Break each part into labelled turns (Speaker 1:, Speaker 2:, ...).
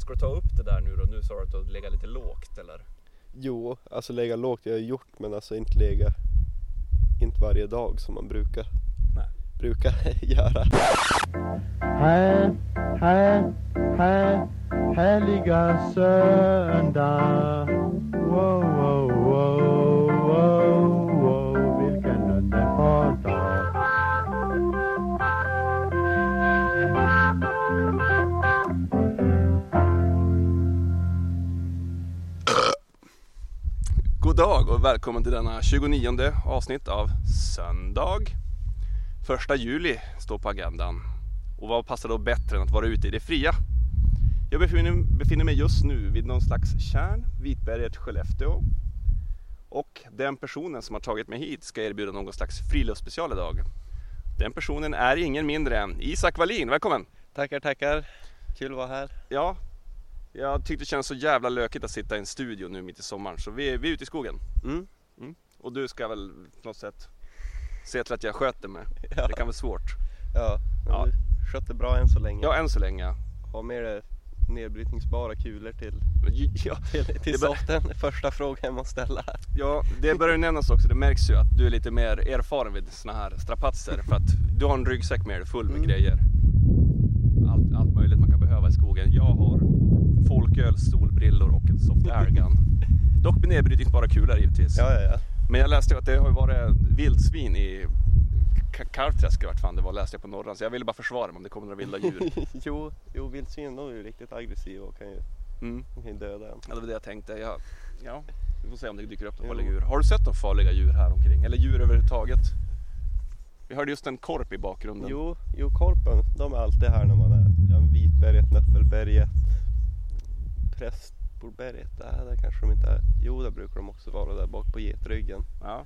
Speaker 1: Ska du ta upp det där nu då? Nu sa du att du lägger lite lågt eller?
Speaker 2: Jo, alltså lägga lågt jag har jag gjort men alltså inte lägga inte varje dag som man brukar
Speaker 1: Nej.
Speaker 2: brukar göra.
Speaker 3: Här, här, här, härliga söndag. Wow, wow, wow, wow, wow, vilken underbar dag.
Speaker 2: God dag och välkommen till denna 29 avsnitt av Söndag. Första juli står på agendan. Och vad passar då bättre än att vara ute i det fria? Jag befinner, befinner mig just nu vid någon slags kärn, Vitberget, Skellefteå. Och den personen som har tagit mig hit ska erbjuda någon slags friluftsspecial idag. Den personen är ingen mindre än Isak Wallin, välkommen!
Speaker 4: Tackar, tackar. Kul att vara här.
Speaker 2: Ja, jag tyckte det känns så jävla lökigt att sitta i en studio nu mitt i sommaren så vi, vi är ute i skogen.
Speaker 4: Mm.
Speaker 2: Och du ska väl på något sätt se till att jag sköter mig.
Speaker 4: Ja.
Speaker 2: Det kan vara svårt.
Speaker 4: Ja, men
Speaker 2: Ja.
Speaker 4: du skött det bra än så länge.
Speaker 2: Ja, än så länge.
Speaker 4: Ha med dig nedbrytningsbara kulor till,
Speaker 2: Men ju- Ja,
Speaker 4: till, till
Speaker 2: Det bör-
Speaker 4: soften. Första frågan man ställa.
Speaker 2: ja, det börjar ju nämnas också. Det märks ju att du är lite mer erfaren vid såna här strapatser. För att du har en ryggsäck med dig full med
Speaker 4: Mm.
Speaker 2: grejer. Allt, allt möjligt man kan behöva i skogen. Jag har folköl, solbrillor och en soft airgun. Dock med nedbrytningsbara kulor givetvis.
Speaker 4: Ja, ja, ja.
Speaker 2: Men jag läste ju att det har ju varit vildsvin i Ka- Karträsk i vart fan det var läste jag på Norran. Så jag ville bara försvara mig om det kommer några vilda djur.
Speaker 4: jo, jo vildsvin de är ju riktigt aggressiva och kan ju,
Speaker 2: Mm.
Speaker 4: de kan ju döda en.
Speaker 2: Ja, det var det jag tänkte. Jag, ja, vi får se om det dyker upp några
Speaker 4: Jo.
Speaker 2: farliga djur. Har du sett några farliga djur här omkring? Eller djur överhuvudtaget? Vi hörde just en korp i bakgrunden.
Speaker 4: Jo, jo, korpen de är alltid här när man är ja, Vitberget, Nöppelberget, Prästborberget. Nej, där kanske de inte är. Jo, där brukar de också vara där bak på getryggen.
Speaker 2: Ja.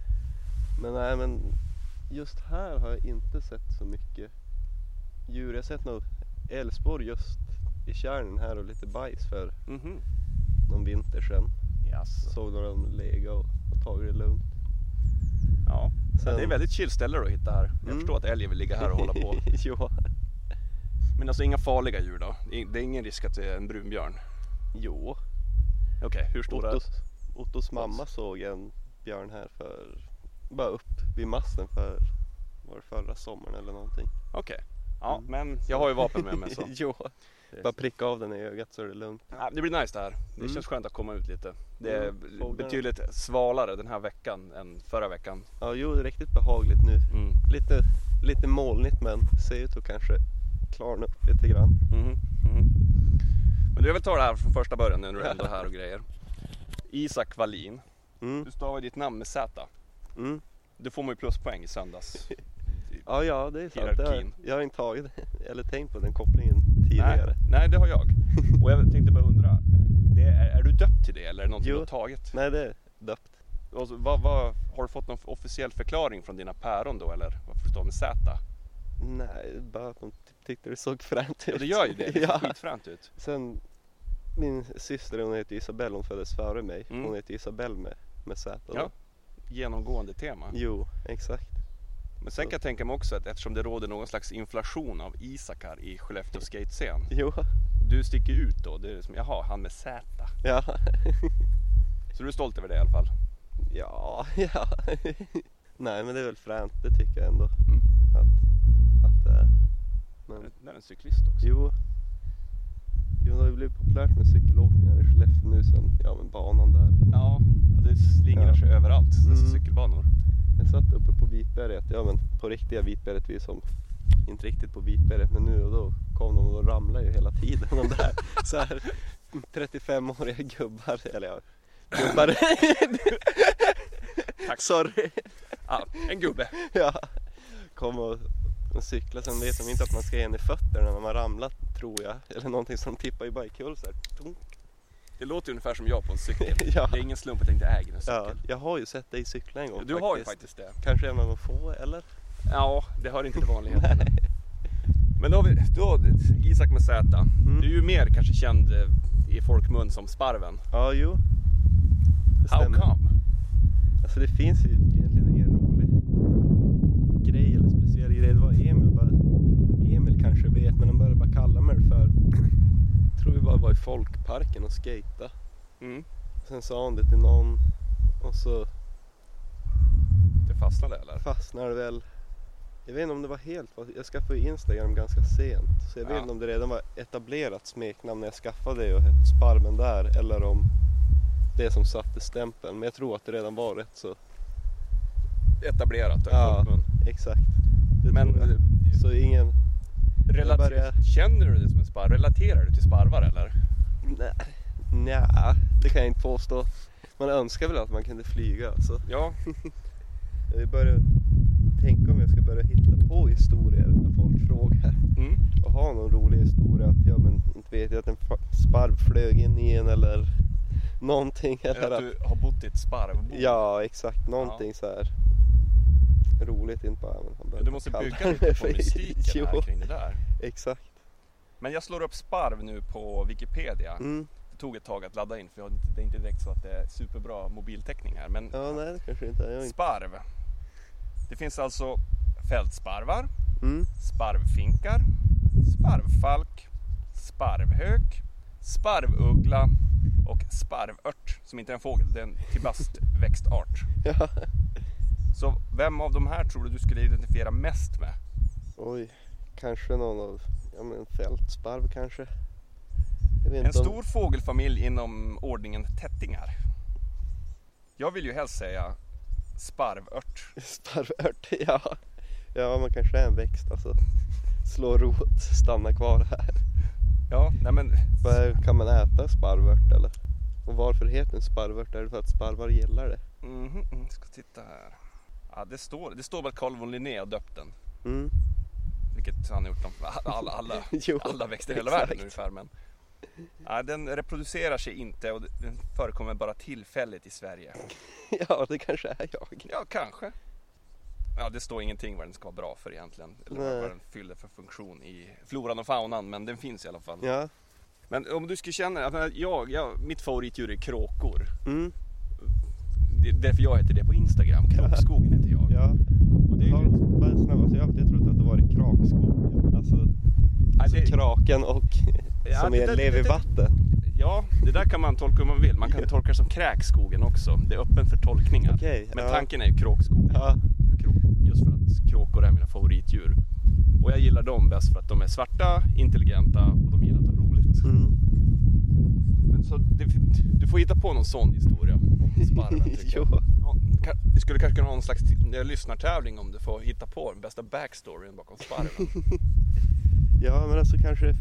Speaker 4: Men nej men just här har jag inte sett så mycket djur. Jag har sett något älgspår just i kärnen här och lite bajs för
Speaker 2: Mhm.
Speaker 4: någon vinter sedan.
Speaker 2: Jaså.
Speaker 4: Såg några de lega och, och tagit det lugnt.
Speaker 2: Ja. Så
Speaker 4: Sen-
Speaker 2: det är väldigt chill ställe att hitta här. Jag
Speaker 4: Mm.
Speaker 2: förstår att älgen vill ligga här och hålla på.
Speaker 4: jo,
Speaker 2: Men alltså inga farliga djur då? I- Det är ingen risk att det är en brunbjörn?
Speaker 4: jo.
Speaker 2: Okej, hur stora?
Speaker 4: Ottos, Ottos mamma såg en björn här för bara upp vid masten för var det förra sommaren eller någonting.
Speaker 2: Okej. Ja, men jag har ju vapen med mig så.
Speaker 4: jo, bara pricka av den i ögat så är det lugnt.
Speaker 2: Ja, det blir nice det här. Det
Speaker 4: Mm.
Speaker 2: känns skönt att komma ut lite. Det är
Speaker 4: Mm, fåglarna.
Speaker 2: betydligt svalare den här veckan än förra veckan.
Speaker 4: Ja, jo, det är riktigt behagligt nu.
Speaker 2: Mm.
Speaker 4: Lite, lite molnigt men ser ut att kanske klarna upp lite grann.
Speaker 2: Mhm, mhm. Men du, jag vill ta det här från första början när du ändå är här och grejer. Isak Wallin,
Speaker 4: Mm,
Speaker 2: du stavar ditt namn med Z.
Speaker 4: mm.
Speaker 2: Du får man ju pluspoäng i söndags.
Speaker 4: Ja, ja, det är sant. Det har,
Speaker 2: Hierarkin.
Speaker 4: jag har inte tagit eller tänkt på den kopplingen tidigare.
Speaker 2: Nej, nej, det har jag. Och jag tänkte bara undra, det är, är du döpt till det eller är det någonting
Speaker 4: Jo.
Speaker 2: du har tagit?
Speaker 4: Nej, det är döpt.
Speaker 2: Och så, vad, vad, har du fått någon officiell förklaring från dina päron då eller varför du står med Z?
Speaker 4: Nej, bara att de typ tyckte det såg fränt ut.
Speaker 2: Ja, det gör ju det. Det ser
Speaker 4: ja.
Speaker 2: skitfränt ut.
Speaker 4: Sen min syster, hon heter Isabelle, hon föddes före mig.
Speaker 2: Mm.
Speaker 4: Hon heter Isabelle med, med Z. då.
Speaker 2: Ja. Genomgående tema.
Speaker 4: Jo, exakt.
Speaker 2: Men sen kan jag tänka mig också att eftersom det råder någon slags inflation av Isakar i Skellefteå skatescen.
Speaker 4: Jo,
Speaker 2: Du sticker ut då, det är som, jaha, han med Z.
Speaker 4: ja,
Speaker 2: Så du är stolt över det i alla fall?
Speaker 4: ja, ja. Nej, men det är väl fränt, det tycker jag ändå.
Speaker 2: Mm.
Speaker 4: Att, att det är. Men,
Speaker 2: Det är en cyklist också.
Speaker 4: Jo. Jo, det har ju blivit populärt med cykelåkningar i Skellefteå nu sen, ja men banan där.
Speaker 2: Ja, det slingrar sig överallt, dessa
Speaker 4: Mm.
Speaker 2: cykelbanor.
Speaker 4: Jag satt uppe på Vitberget, ja men på riktiga Vitberget, vi som inte riktigt på Vitberget men nu och då kom de och då ramlade ju hela tiden de där så här 35-åriga gubbar, eller ja, gubbar.
Speaker 2: Tack.
Speaker 4: Sorry.
Speaker 2: Ah, en gubbe!
Speaker 4: Ja. Kom och och cykla, sen vet de inte att man ska ge en i fötterna när man ramlat tror jag, eller någonting som tippar ju bara ikul så här. Tunk.
Speaker 2: Det låter ungefär som jag på en cykel.
Speaker 4: Ja.
Speaker 2: Det är ingen slump att jag inte äger en
Speaker 4: Ja,
Speaker 2: cykel.
Speaker 4: jag har ju sett dig cykla en gång
Speaker 2: Du har ju faktiskt det.
Speaker 4: Kanske en av de få eller?
Speaker 2: Ja, det hör inte till vanligheterna. Men då, har vi, då Isak med Z.
Speaker 4: Mm.
Speaker 2: Du är ju mer kanske känd eh, i folkmun som Sparven.
Speaker 4: Ja, jo. Det
Speaker 2: How
Speaker 4: stämmer.
Speaker 2: come?
Speaker 4: Alltså det finns ju egentligen ingen rolig grej eller speciell grej. Det var Emil bara. Emil kanske vet men han började bara kalla mig för, tror vi bara vara i folkparken och skata.
Speaker 2: Mm.
Speaker 4: Sen sa hon det till någon och så
Speaker 2: Det fastnade eller?
Speaker 4: fastnade det väl. Jag vet inte om det var helt, jag skaffade ju Instagram ganska sent. Så jag vet
Speaker 2: Ja.
Speaker 4: inte om det redan var etablerat smeknamn när jag skaffade det och hette Sparven där eller om det som satte stämpeln. Men jag tror att det redan var rätt så
Speaker 2: Etablerat. då, i
Speaker 4: Ja.
Speaker 2: folkmun.
Speaker 4: exakt. Det
Speaker 2: Men
Speaker 4: tror jag. Så ingen,
Speaker 2: relater-
Speaker 4: börjar-
Speaker 2: känner du dig som en sparv? Relaterar du till sparvar eller?
Speaker 4: nej, nja, det kan jag inte påstå. Man önskar väl att man kunde flyga alltså.
Speaker 2: Ja,
Speaker 4: Jag börjar tänka om jag ska börja hitta på historier när folk frågar.
Speaker 2: mm.
Speaker 4: och ha någon rolig historia. Att ja, men inte vet jag att en fa- sparv flög in i en eller någonting. Eller
Speaker 2: Eller att
Speaker 4: att,
Speaker 2: du har bott i ett sparvbo.
Speaker 4: ja, exakt. Någonting så här roligt. Inte bara, men han
Speaker 2: Men
Speaker 4: började
Speaker 2: Du måste
Speaker 4: kalla
Speaker 2: bygga
Speaker 4: mig
Speaker 2: lite på
Speaker 4: för-
Speaker 2: mystiken
Speaker 4: Jo,
Speaker 2: här kring det där.
Speaker 4: exakt.
Speaker 2: Men jag slår upp sparv nu på Wikipedia.
Speaker 4: Mm.
Speaker 2: Det tog ett tag att ladda in för jag- det är inte direkt så att det är superbra mobiltäckning här. Men
Speaker 4: Ja, nej, det kanske inte är. Jag är inte.
Speaker 2: sparv. Det finns alltså fältsparvar,
Speaker 4: Mm.
Speaker 2: sparvfinkar, sparvfalk, sparvhök, sparvuggla och sparvört som inte är en fågel, det är en tibastväxtart.
Speaker 4: Ja.
Speaker 2: Så vem av de här tror du du skulle identifiera mest med?
Speaker 4: Oj, kanske någon av, ja men en fältsparv kanske. Jag vet
Speaker 2: En
Speaker 4: inte om-
Speaker 2: stor fågelfamilj inom ordningen tättingar. Jag vill ju helst säga sparvört.
Speaker 4: Sparvört, ja. Ja, man kanske är en växt alltså. Slå rot, stanna kvar här.
Speaker 2: Ja, nej men
Speaker 4: Vad är, kan man äta sparvört eller? Och varför heter den sparvört? Är det för att sparvar gillar det?
Speaker 2: Mhm, mm, ska titta här. Ja, det står, det står bara att Carl von Linné har döpt den.
Speaker 4: Mm.
Speaker 2: Vilket han har gjort om alla, alla,
Speaker 4: Jo,
Speaker 2: alla växter i hela världen
Speaker 4: exakt.
Speaker 2: ungefär. Men, ja, den reproducerar sig inte och den förekommer bara tillfälligt i Sverige.
Speaker 4: Ja, det kanske är jag.
Speaker 2: Ja, kanske. Ja, det står ingenting vad den ska vara bra för egentligen. Eller
Speaker 4: Nej.
Speaker 2: vad den fyller för funktion i floran och faunan. Men den finns i alla fall.
Speaker 4: Ja,
Speaker 2: Men om du skulle känna, att jag, jag, mitt favoritdjur är kråkor.
Speaker 4: mm.
Speaker 2: Det är därför jag heter det på Instagram. Kråkskogen heter jag.
Speaker 4: ja.
Speaker 2: Och det är ju-
Speaker 4: har, bara snabbt, alltså, jag har alltid trott att det varit krakskogen. Alltså, alltså
Speaker 2: det-
Speaker 4: kraken och
Speaker 2: Ja,
Speaker 4: som
Speaker 2: det
Speaker 4: är
Speaker 2: där-
Speaker 4: lever
Speaker 2: det
Speaker 4: i
Speaker 2: där-
Speaker 4: vatten.
Speaker 2: Ja, det där kan man tolka hur man vill. Man kan tolka det som kräkskogen också. Det är öppen för tolkningar.
Speaker 4: Okej,
Speaker 2: Men
Speaker 4: ja.
Speaker 2: tanken är ju kråkskog.
Speaker 4: Ja,
Speaker 2: Krå- Just för att kråkor är mina favoritdjur. Och jag gillar dem bäst för att de är svarta, intelligenta och de gillar att ha roligt.
Speaker 4: mm.
Speaker 2: Men så det, du får hitta på någon sån historia om sparven tycker jag.
Speaker 4: Jo.
Speaker 2: Ja, kan- Vi skulle kanske kunna ha någon slags t- lyssnartävling om du får hitta på den bästa backstoryn bakom sparven.
Speaker 4: ja, men alltså kanske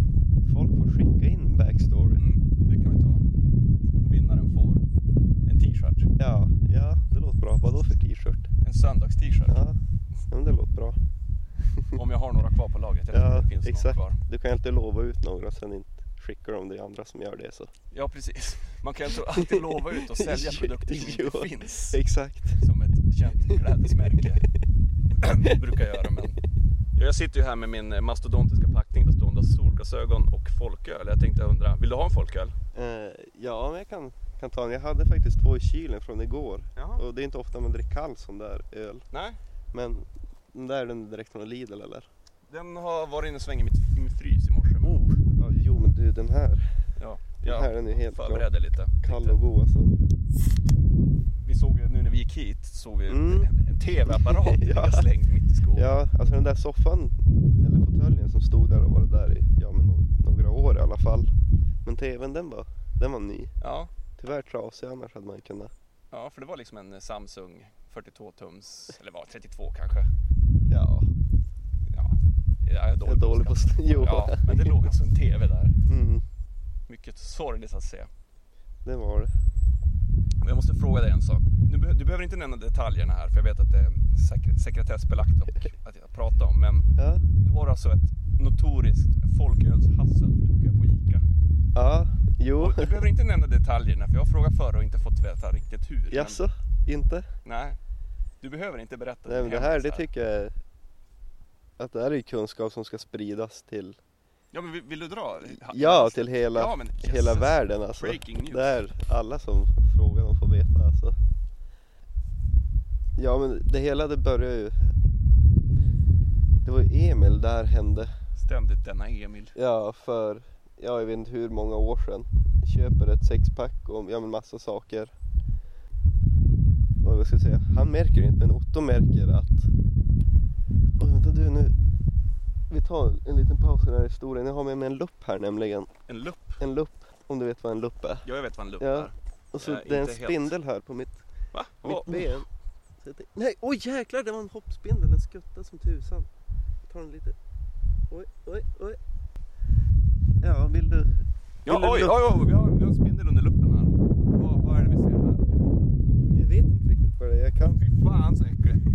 Speaker 4: folk får skicka in backstory.
Speaker 2: Mm, det kan vi ta. Vinnaren får en t-shirt.
Speaker 4: Ja, ja, det låter bra. Vadå för t-shirt?
Speaker 2: En söndags-t-shirt.
Speaker 4: Ja, ja, men det låter bra.
Speaker 2: Om jag har några kvar på lagret. Jag tror
Speaker 4: Ja,
Speaker 2: det finns
Speaker 4: exakt.
Speaker 2: någon kvar.
Speaker 4: Du kan ju alltid lova ut några sen inte skickar de det är andra som gör det så.
Speaker 2: Ja, precis. Man kan ju alltid lova ut och sälja produkter som
Speaker 4: Jo,
Speaker 2: inte finns.
Speaker 4: Exakt.
Speaker 2: Som ett känt klädesmärke brukar göra. Men... Ja, jag sitter ju här med min eh, mastodontiska packning bestående av solglasögon och folköl. Jag tänkte undra, vill du ha en folköl?
Speaker 4: Eh, ja, men jag kan, kan ta en. Jag hade faktiskt två i kylen från igår.
Speaker 2: Jaha.
Speaker 4: Och det är inte ofta man dricker kall sån där öl.
Speaker 2: Nej,
Speaker 4: Men den där är den direkt från Lidl eller?
Speaker 2: den har varit inne och svängt i mitt, i min frys i morse. men-
Speaker 4: Ja, jo men du den här.
Speaker 2: Ja,
Speaker 4: Den Oh. här den är helt
Speaker 2: förberedde lite.
Speaker 4: Kall
Speaker 2: Tänkte-
Speaker 4: och god alltså.
Speaker 2: Vi såg ju nu när vi gick hit, såg vi
Speaker 4: Mm.
Speaker 2: en, en tv-apparat
Speaker 4: Ja.
Speaker 2: ligga slängd mitt i skogen.
Speaker 4: Ja, alltså den där soffan eller fåtöljen som stod där och var där i ja, men no- några år i alla fall. Men tvn den var, den var ny.
Speaker 2: Ja.
Speaker 4: Tyvärr trasig annars hade man kunnat.
Speaker 2: Ja, för det var liksom en Samsung 42-tums, eller var 32 kanske.
Speaker 4: Ja,
Speaker 2: Ja, jag är
Speaker 4: jag är dålig på
Speaker 2: skatt.
Speaker 4: st- jo.
Speaker 2: Ja, men det låg alltså en TV där.
Speaker 4: Mm,
Speaker 2: Mycket sorgligt att se.
Speaker 4: det var det.
Speaker 2: Men jag måste fråga dig en sak. Du, be- du behöver inte nämna detaljerna här, för jag vet att det är sekre- sekretessbelagt och att jag pratar om. Men
Speaker 4: Ja.
Speaker 2: du har alltså ett notoriskt folkölshassel du brukar göra på ICA.
Speaker 4: Ja, jo.
Speaker 2: Och du behöver inte nämna detaljerna, för jag har frågat förr och inte fått veta riktigt hur. men-
Speaker 4: Jaså, inte?
Speaker 2: Nej. Du behöver inte berätta
Speaker 4: Nej
Speaker 2: din
Speaker 4: men det här,
Speaker 2: hemlis
Speaker 4: det tycker jag är- att det här är ju kunskap som ska spridas till,
Speaker 2: Ja, men vill, vill du dra? ha-
Speaker 4: ja till hela,
Speaker 2: Ja, men Jesus.
Speaker 4: hela världen alltså.
Speaker 2: Breaking news.
Speaker 4: Där alla som frågar de får veta alltså. Ja men det hela det börjar ju, det var ju Emil där hände.
Speaker 2: Ständigt denna Emil.
Speaker 4: Ja, för ja, jag vet inte hur många år sedan. Köper ett sexpack och ja, men massa saker. Och vad ska jag säga? Han märker ju inte men Otto märker att... Oj vänta du nu. Vi tar en liten paus i den här historien. Jag har med mig en lupp här nämligen.
Speaker 2: En lupp?
Speaker 4: En lupp, om du vet vad en lupp är.
Speaker 2: Ja, jag vet vad en lupp
Speaker 4: Ja.
Speaker 2: är.
Speaker 4: Och så
Speaker 1: Ja,
Speaker 4: det är en
Speaker 1: inte helt.
Speaker 4: spindel här på mitt,
Speaker 2: Va?
Speaker 4: mitt
Speaker 2: Åh,
Speaker 4: ben. Så jag tänkte- Nej, oj jäklar det var en hoppspindel. Den skuttade som tusan. Jag tar den lite. Oj, oj, oj. Ja, vill du?
Speaker 2: Ja,
Speaker 4: Eller
Speaker 2: oj, oj,
Speaker 4: lupp.
Speaker 2: oj, vi har, vi har en spindel under luppen här. Vad, vad är det vi ser här?
Speaker 4: Jag vet inte riktigt vad det är. Jag kan
Speaker 2: Fy fan så äckligt.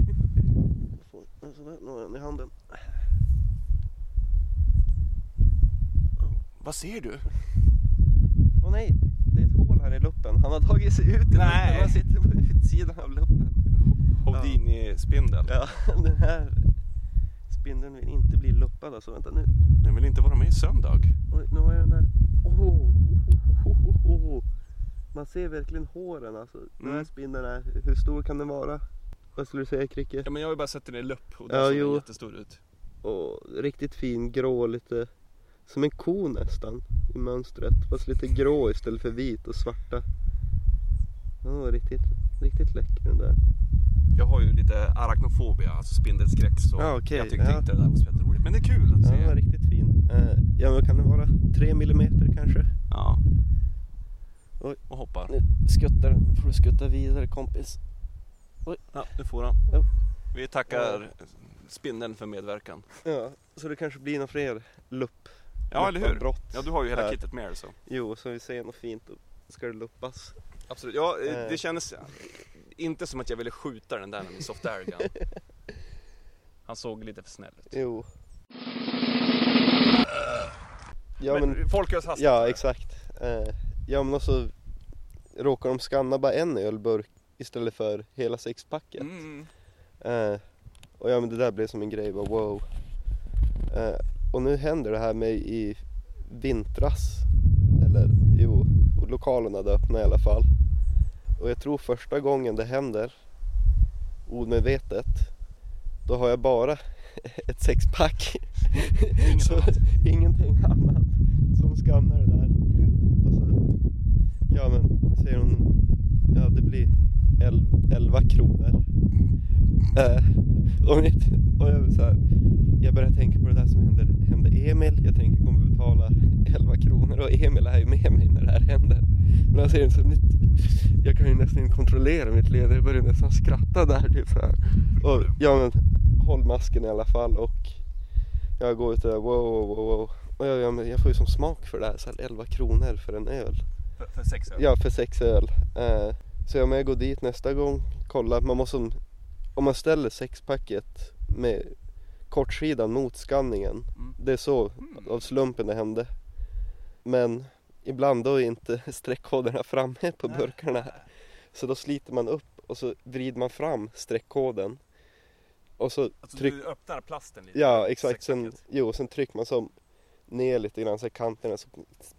Speaker 4: Får en sån här, nu har jag den i handen.
Speaker 2: Vad ser du?
Speaker 4: Åh nej, det är ett hål här i luppen. Han har tagit sig ut i
Speaker 2: Nej.
Speaker 4: luppen. Han sitter på utsidan av luppen.
Speaker 2: Houdini-spindel.
Speaker 4: Ja, den här spindeln vill inte bli luppad alltså. Vänta nu.
Speaker 2: Den vill inte vara med i söndag.
Speaker 4: Oj, nu har jag den där. Oh, oh, oh, oh, oh, oh. Man ser verkligen håren alltså. Den här
Speaker 2: Mm.
Speaker 4: spindeln är, hur stor kan den vara? Vad skulle du säga Kricke?
Speaker 2: Ja, men jag har ju bara sett den i lupp och
Speaker 4: Ja,
Speaker 2: där såg
Speaker 4: jo.
Speaker 2: den jättestor ut.
Speaker 4: Åh, riktigt fin grå lite. Som en ko nästan i mönstret. Fast lite grå istället för vit och svarta. Den var riktigt, riktigt läcker den där.
Speaker 2: Jag har ju lite arachnofobia, alltså spindelskräck. Så
Speaker 4: Ja, okej,
Speaker 2: jag tyckte
Speaker 4: ja.
Speaker 2: inte det där var så jätteroligt. Men det är kul att
Speaker 4: Ja,
Speaker 2: se.
Speaker 4: den var riktigt fin. Eh, ja men kan det vara 3 millimeter kanske?
Speaker 2: Ja.
Speaker 4: Oj.
Speaker 2: Och hoppar.
Speaker 4: Nu skuttar den. får du skutta vidare kompis.
Speaker 2: Ja, nu får han.
Speaker 4: Ja.
Speaker 2: Vi tackar spindeln för medverkan.
Speaker 4: Ja, så det kanske blir några fler lupp.
Speaker 2: Ja, eller hur?
Speaker 4: Brott.
Speaker 2: Ja, du har ju hela
Speaker 4: Här.
Speaker 2: kittet med dig så.
Speaker 4: Jo, så vi säger något fint då ska det luppas.
Speaker 2: Absolut. Ja, eh,
Speaker 4: Eh.
Speaker 2: det kändes inte som att jag ville skjuta den där med soft air gun.
Speaker 1: Han såg lite för snäll ut.
Speaker 4: Jo. Ja
Speaker 2: men,
Speaker 4: men
Speaker 2: folk görs hastigt.
Speaker 4: Ja, exakt. Eh, ja, men också råkar de skanna bara en ölburk istället för hela sexpacket.
Speaker 2: Mm.
Speaker 4: Eh, och ja, men det där blev som en grej, bara wow. Eh, och nu händer det här med i vintras, eller jo, och lokalerna hade öppnat i alla fall. Och jag tror första gången det händer, omedvetet, då har jag bara ett sexpack.
Speaker 2: Inget
Speaker 4: Så,
Speaker 2: annat.
Speaker 4: ingenting annat som skannar det där. Och så, ja men, säger hon, ja det blir 11, 11 kronor. Eh, och mitt, och jag, så här, jag börjar tänka på det där som hände, hände Emil. Jag tänker jag kommer betala 11 kronor och Emil är ju med mig när det här händer. Men han säger så mitt, jag kan ju nästan inte kontrollera mitt leende. Jag börjar nästan skratta där. Typ, så här. Och, ja men håll masken i alla fall och jag går ut och där, wow, wow, wow, wow. Och jag, jag, jag får ju som smak för det här, så här 11 kronor för en öl.
Speaker 2: För, för sex öl.
Speaker 4: Ja, för sex öl. Eh, så jag med går dit nästa gång, kolla. Man måste, om man ställer sexpacket med kortsidan mot skanningen.
Speaker 2: Mm.
Speaker 4: Det är så av slumpen det hände. Men ibland då är inte streckkoderna framme på burkarna. Så då sliter man upp och så vrider man fram streckkoden. Och så
Speaker 2: Alltså,
Speaker 4: trycker
Speaker 2: Du öppnar plasten lite.
Speaker 4: Ja exakt, sen,
Speaker 2: Sexpacket.
Speaker 4: jo, sen trycker man som ner lite grann så här kanterna så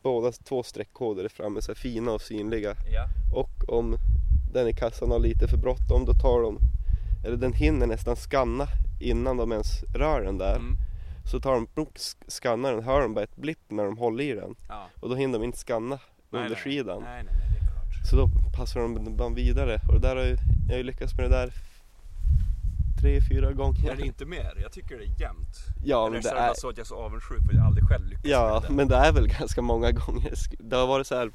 Speaker 4: båda två streckkoder är framme så här fina och synliga.
Speaker 2: Ja.
Speaker 4: Och om den i kassan har lite för bråttom då tar de, eller den hinner nästan skanna innan de ens rör den där.
Speaker 2: Mm.
Speaker 4: Så tar de, plock, sk- skannar den, hör de bara ett blipp när de håller i den
Speaker 2: ja.
Speaker 4: och då hinner de inte skanna
Speaker 2: Nej,
Speaker 4: undersidan.
Speaker 2: Nej, nej, nej, det är klart.
Speaker 4: Så då passar de bara vidare och det där har ju, jag har ju lyckats med det där tre, fyra
Speaker 2: Är det
Speaker 4: gånger.
Speaker 2: inte mer? Jag tycker det är jämnt.
Speaker 4: Ja,
Speaker 2: Eller
Speaker 4: men
Speaker 2: så
Speaker 4: det
Speaker 2: är det
Speaker 4: är,
Speaker 2: bara så att jag är så avundsjuk för att jag aldrig själv lyckas
Speaker 4: Ja,
Speaker 2: med det.
Speaker 4: men det är väl ganska många gånger. Det har varit så här,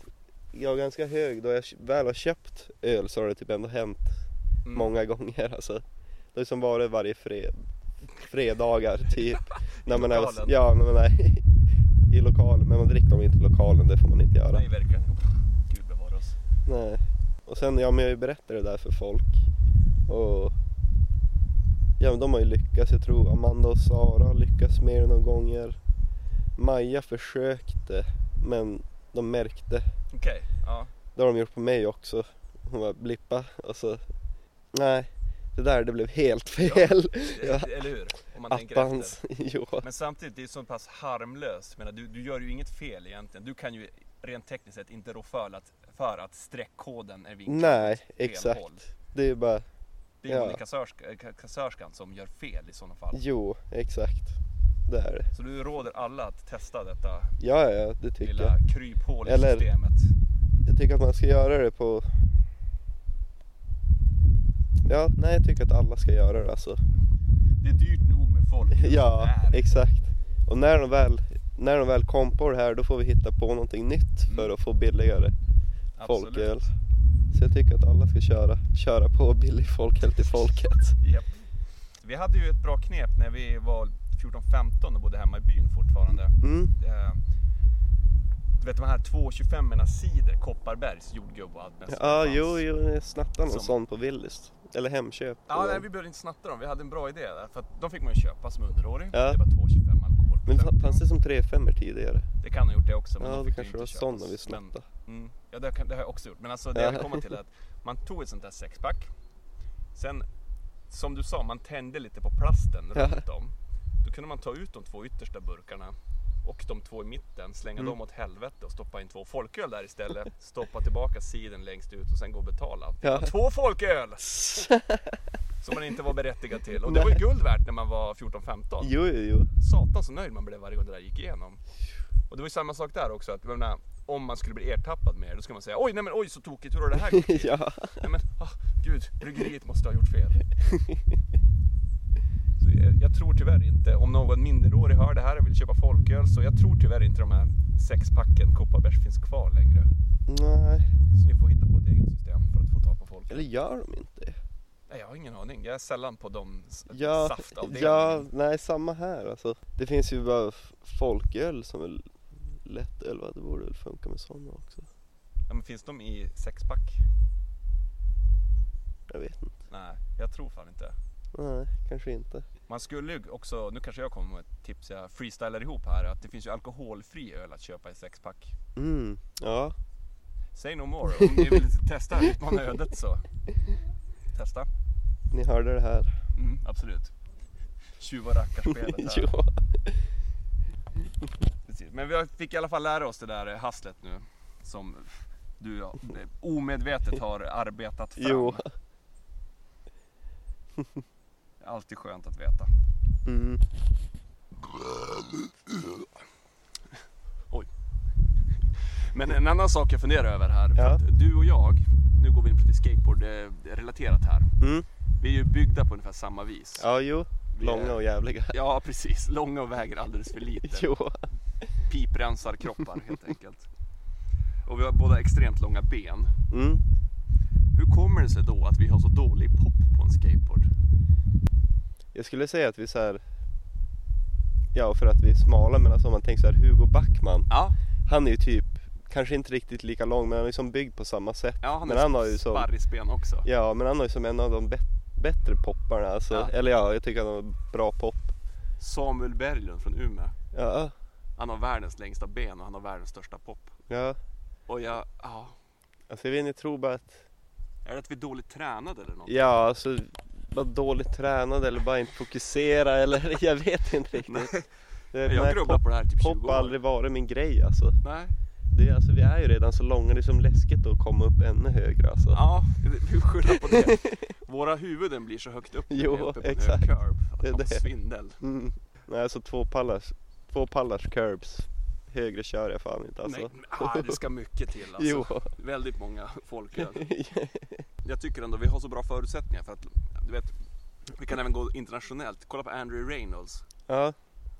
Speaker 4: jag är ganska hög, då jag väl har köpt öl så har det typ ändå hänt
Speaker 2: Mm.
Speaker 4: många gånger alltså. Det har liksom varit varje fred, fredagar typ. när man är,
Speaker 2: lokalen.
Speaker 4: ja, när man är i lokalen, men man dricker dem inte i lokalen, det får man inte göra.
Speaker 2: Nej, verkligen. Gud bevara oss.
Speaker 4: Nej. Och sen, ja men jag berättar det där för folk. Och ja men de har ju lyckats. Jag tror Amanda och Sara har lyckats med det några gånger. Maja försökte men de märkte.
Speaker 2: Okej, ja.
Speaker 4: Det har de gjort på mig också. Hon var blippa och så nej, det där det blev helt fel. Ja.
Speaker 2: Eller hur? Om man tänker efter.
Speaker 4: Attans, jo.
Speaker 2: Men samtidigt, det är så pass harmlöst. Jag Menar, du, du gör ju inget fel egentligen. Du kan ju rent tekniskt sett inte rå för att, för att streckkoden är vinklad
Speaker 4: Nej,
Speaker 2: åt fel
Speaker 4: exakt.
Speaker 2: håll.
Speaker 4: Det är bara,
Speaker 2: Det är eh, ju
Speaker 4: Ja.
Speaker 2: hon i kassörska, ka- kassörskan som gör fel i sådana fall.
Speaker 4: jo, exakt. det är det.
Speaker 2: Så du råder alla att testa detta
Speaker 4: Ja, ja, ja, det tycker jag.
Speaker 2: lilla kryphål i
Speaker 4: Eller-
Speaker 2: systemet.
Speaker 4: Jag tycker att man ska göra det på... Ja, nej jag tycker att alla ska göra det alltså.
Speaker 2: Det är dyrt nog med folk.
Speaker 4: Ja,
Speaker 2: Där.
Speaker 4: exakt. Och när de väl, när de väl kom på det här då får vi hitta på någonting nytt för
Speaker 2: Mm.
Speaker 4: att få billigare
Speaker 2: Absolut.
Speaker 4: folköl. Så jag tycker att alla ska köra, köra på billig folköl till folket.
Speaker 2: Japp. Vi hade ju ett bra knep när vi var 14-15 och bodde hemma i byn fortfarande.
Speaker 4: Mm.
Speaker 2: Eh, Du vet de här 2,25 erna cider, Kopparbergs jordgubb och allt mest. som
Speaker 4: Ja,
Speaker 2: fanns.
Speaker 4: jo, jo, jag snattade någon
Speaker 2: Som-
Speaker 4: sån på Willys. Eller Hemköp.
Speaker 2: Ja, nej, vi behövde inte snatta dem. Vi hade en bra idé där. För att de fick man ju köpa som underåring.
Speaker 4: Ja.
Speaker 2: Det var 2,25 alkohol.
Speaker 4: Men fa- fanns det som 3-5 tidigare?
Speaker 2: Det kan ha gjort det också. Men
Speaker 4: Ja,
Speaker 2: de
Speaker 4: det
Speaker 2: fick
Speaker 4: kanske
Speaker 2: inte
Speaker 4: var
Speaker 2: köpas.
Speaker 4: sån när vi
Speaker 2: Men-
Speaker 4: snattade.
Speaker 2: Mm. Ja, det, kan, det har jag också gjort. Men alltså det
Speaker 4: Ja.
Speaker 2: jag vill komma till är att man tog ett sånt där sexpack. Sen, som du sa, man tände lite på plasten
Speaker 4: Ja.
Speaker 2: runt om. Då kunde man ta ut de två yttersta burkarna och de två i mitten, slänga dem åt helvete och stoppa in två folköl där istället. Stoppa tillbaka sidan längst ut och sen gå och betala. Fick
Speaker 4: Ja.
Speaker 2: man Två folköl! Som man inte var berättigad till. Och det var ju guld värt när man var 14-15
Speaker 4: Jo, jo, jo.
Speaker 2: satan så nöjd man blev varje gång det där gick igenom. Och det var ju samma sak där också, att jag menar, om man skulle bli ertappad med det, då skulle man säga oj, nej men oj så tokigt, hur har det här gått till?
Speaker 4: ja.
Speaker 2: Nej men, ah, gud, bryggeriet måste ha gjort fel. Så jag, jag tror tyvärr inte, om någon minderårig hör det här och vill köpa folköl, så jag tror tyvärr inte de här sexpacken Kopparbergs finns kvar längre.
Speaker 4: Nej,
Speaker 2: Så ni får hitta på ett eget system för att få tag på folk.
Speaker 4: eller gör de inte det?
Speaker 2: Nej, jag har ingen aning, jag är sällan på de s-
Speaker 4: Ja,
Speaker 2: saftavdelningen.
Speaker 4: ja, nej samma här alltså. Det finns ju bara f- folköl som är lättöl va? Det borde väl funka med sådana också?
Speaker 2: Ja, men finns de i sexpack?
Speaker 4: Jag vet inte.
Speaker 2: Nej, jag tror fan inte.
Speaker 4: Nej, kanske inte.
Speaker 2: Man skulle ju också, nu kanske jag kommer med ett tips jag freestylar ihop här, att det finns ju alkoholfri öl att köpa i sexpack.
Speaker 4: Mm, ja.
Speaker 2: Say no more, om ni vill testa utmana ödet så testa.
Speaker 4: Ni hörde det här.
Speaker 2: Mm, absolut. Tjuv och rackarspelet här.
Speaker 4: jo.
Speaker 2: Precis. Men vi fick i alla fall lära oss det där eh, hasslet nu som du ja, eh, omedvetet har arbetat fram.
Speaker 4: Jo.
Speaker 2: Alltid skönt att veta.
Speaker 4: Mm.
Speaker 2: Men en annan sak jag funderar över här. För
Speaker 4: Ja.
Speaker 2: att du och jag, nu går vi in på lite skateboard-relaterat här.
Speaker 4: Mm.
Speaker 2: Vi är ju byggda på ungefär samma vis.
Speaker 4: Ja, jo.
Speaker 2: Vi är-
Speaker 4: Långa och jävliga.
Speaker 2: Ja, precis. Långa och väger alldeles för lite.
Speaker 4: Jo.
Speaker 2: Piprensar kroppar helt enkelt. Och vi har båda extremt långa ben.
Speaker 4: Mm.
Speaker 2: Hur kommer det sig då att vi har så dålig pop på en skateboard?
Speaker 4: Jag skulle säga att vi så här... Ja, för att vi är smala men alltså om man tänker så här Hugo Backman.
Speaker 2: Ja,
Speaker 4: Han är ju typ, kanske inte riktigt lika lång men han är som byggd på samma sätt.
Speaker 2: ja han,
Speaker 4: men
Speaker 2: är
Speaker 4: han har ju som...
Speaker 2: sparrisben också.
Speaker 4: Ja, men han har ju som en av de bet- bättre popparna. Alltså.
Speaker 2: Ja.
Speaker 4: Eller ja, jag tycker han har bra pop.
Speaker 2: Samuel Berglund från Umeå.
Speaker 4: Ja,
Speaker 2: Han har världens längsta ben och han har världens största pop.
Speaker 4: ja.
Speaker 2: Och jag, ja.
Speaker 4: Alltså jag vet inte, jag tror bara att...
Speaker 2: Är det att vi är dåligt tränade eller något?
Speaker 4: Ja, alltså bara dåligt tränad eller bara inte fokusera eller jag vet inte riktigt. Det är-
Speaker 2: Jag
Speaker 4: nej,
Speaker 2: grubblar
Speaker 4: pop,
Speaker 2: på det här i typ 20
Speaker 4: pop
Speaker 2: år.
Speaker 4: har aldrig varit min grej alltså.
Speaker 2: Nej.
Speaker 4: Det, är- alltså. Vi är ju redan så långa, det är som läskigt att komma upp ännu högre alltså.
Speaker 2: Ja, vi skyller på det. Våra huvuden blir så högt upp när vi är
Speaker 4: Jo,
Speaker 2: uppe på en
Speaker 4: exakt.
Speaker 2: hög curb. Att
Speaker 4: Det är
Speaker 2: man får
Speaker 4: det.
Speaker 2: svindel.
Speaker 4: Mm. Nej, alltså två pallars, två pallars curbs. Högre kör jag fan inte alltså.
Speaker 2: Nej, men, ah, det ska mycket till alltså.
Speaker 4: Jo.
Speaker 2: Väldigt många folköl. Jag tycker ändå vi har så bra förutsättningar för att, du vet, vi kan även gå internationellt. Kolla på Andrew Reynolds.
Speaker 4: ja,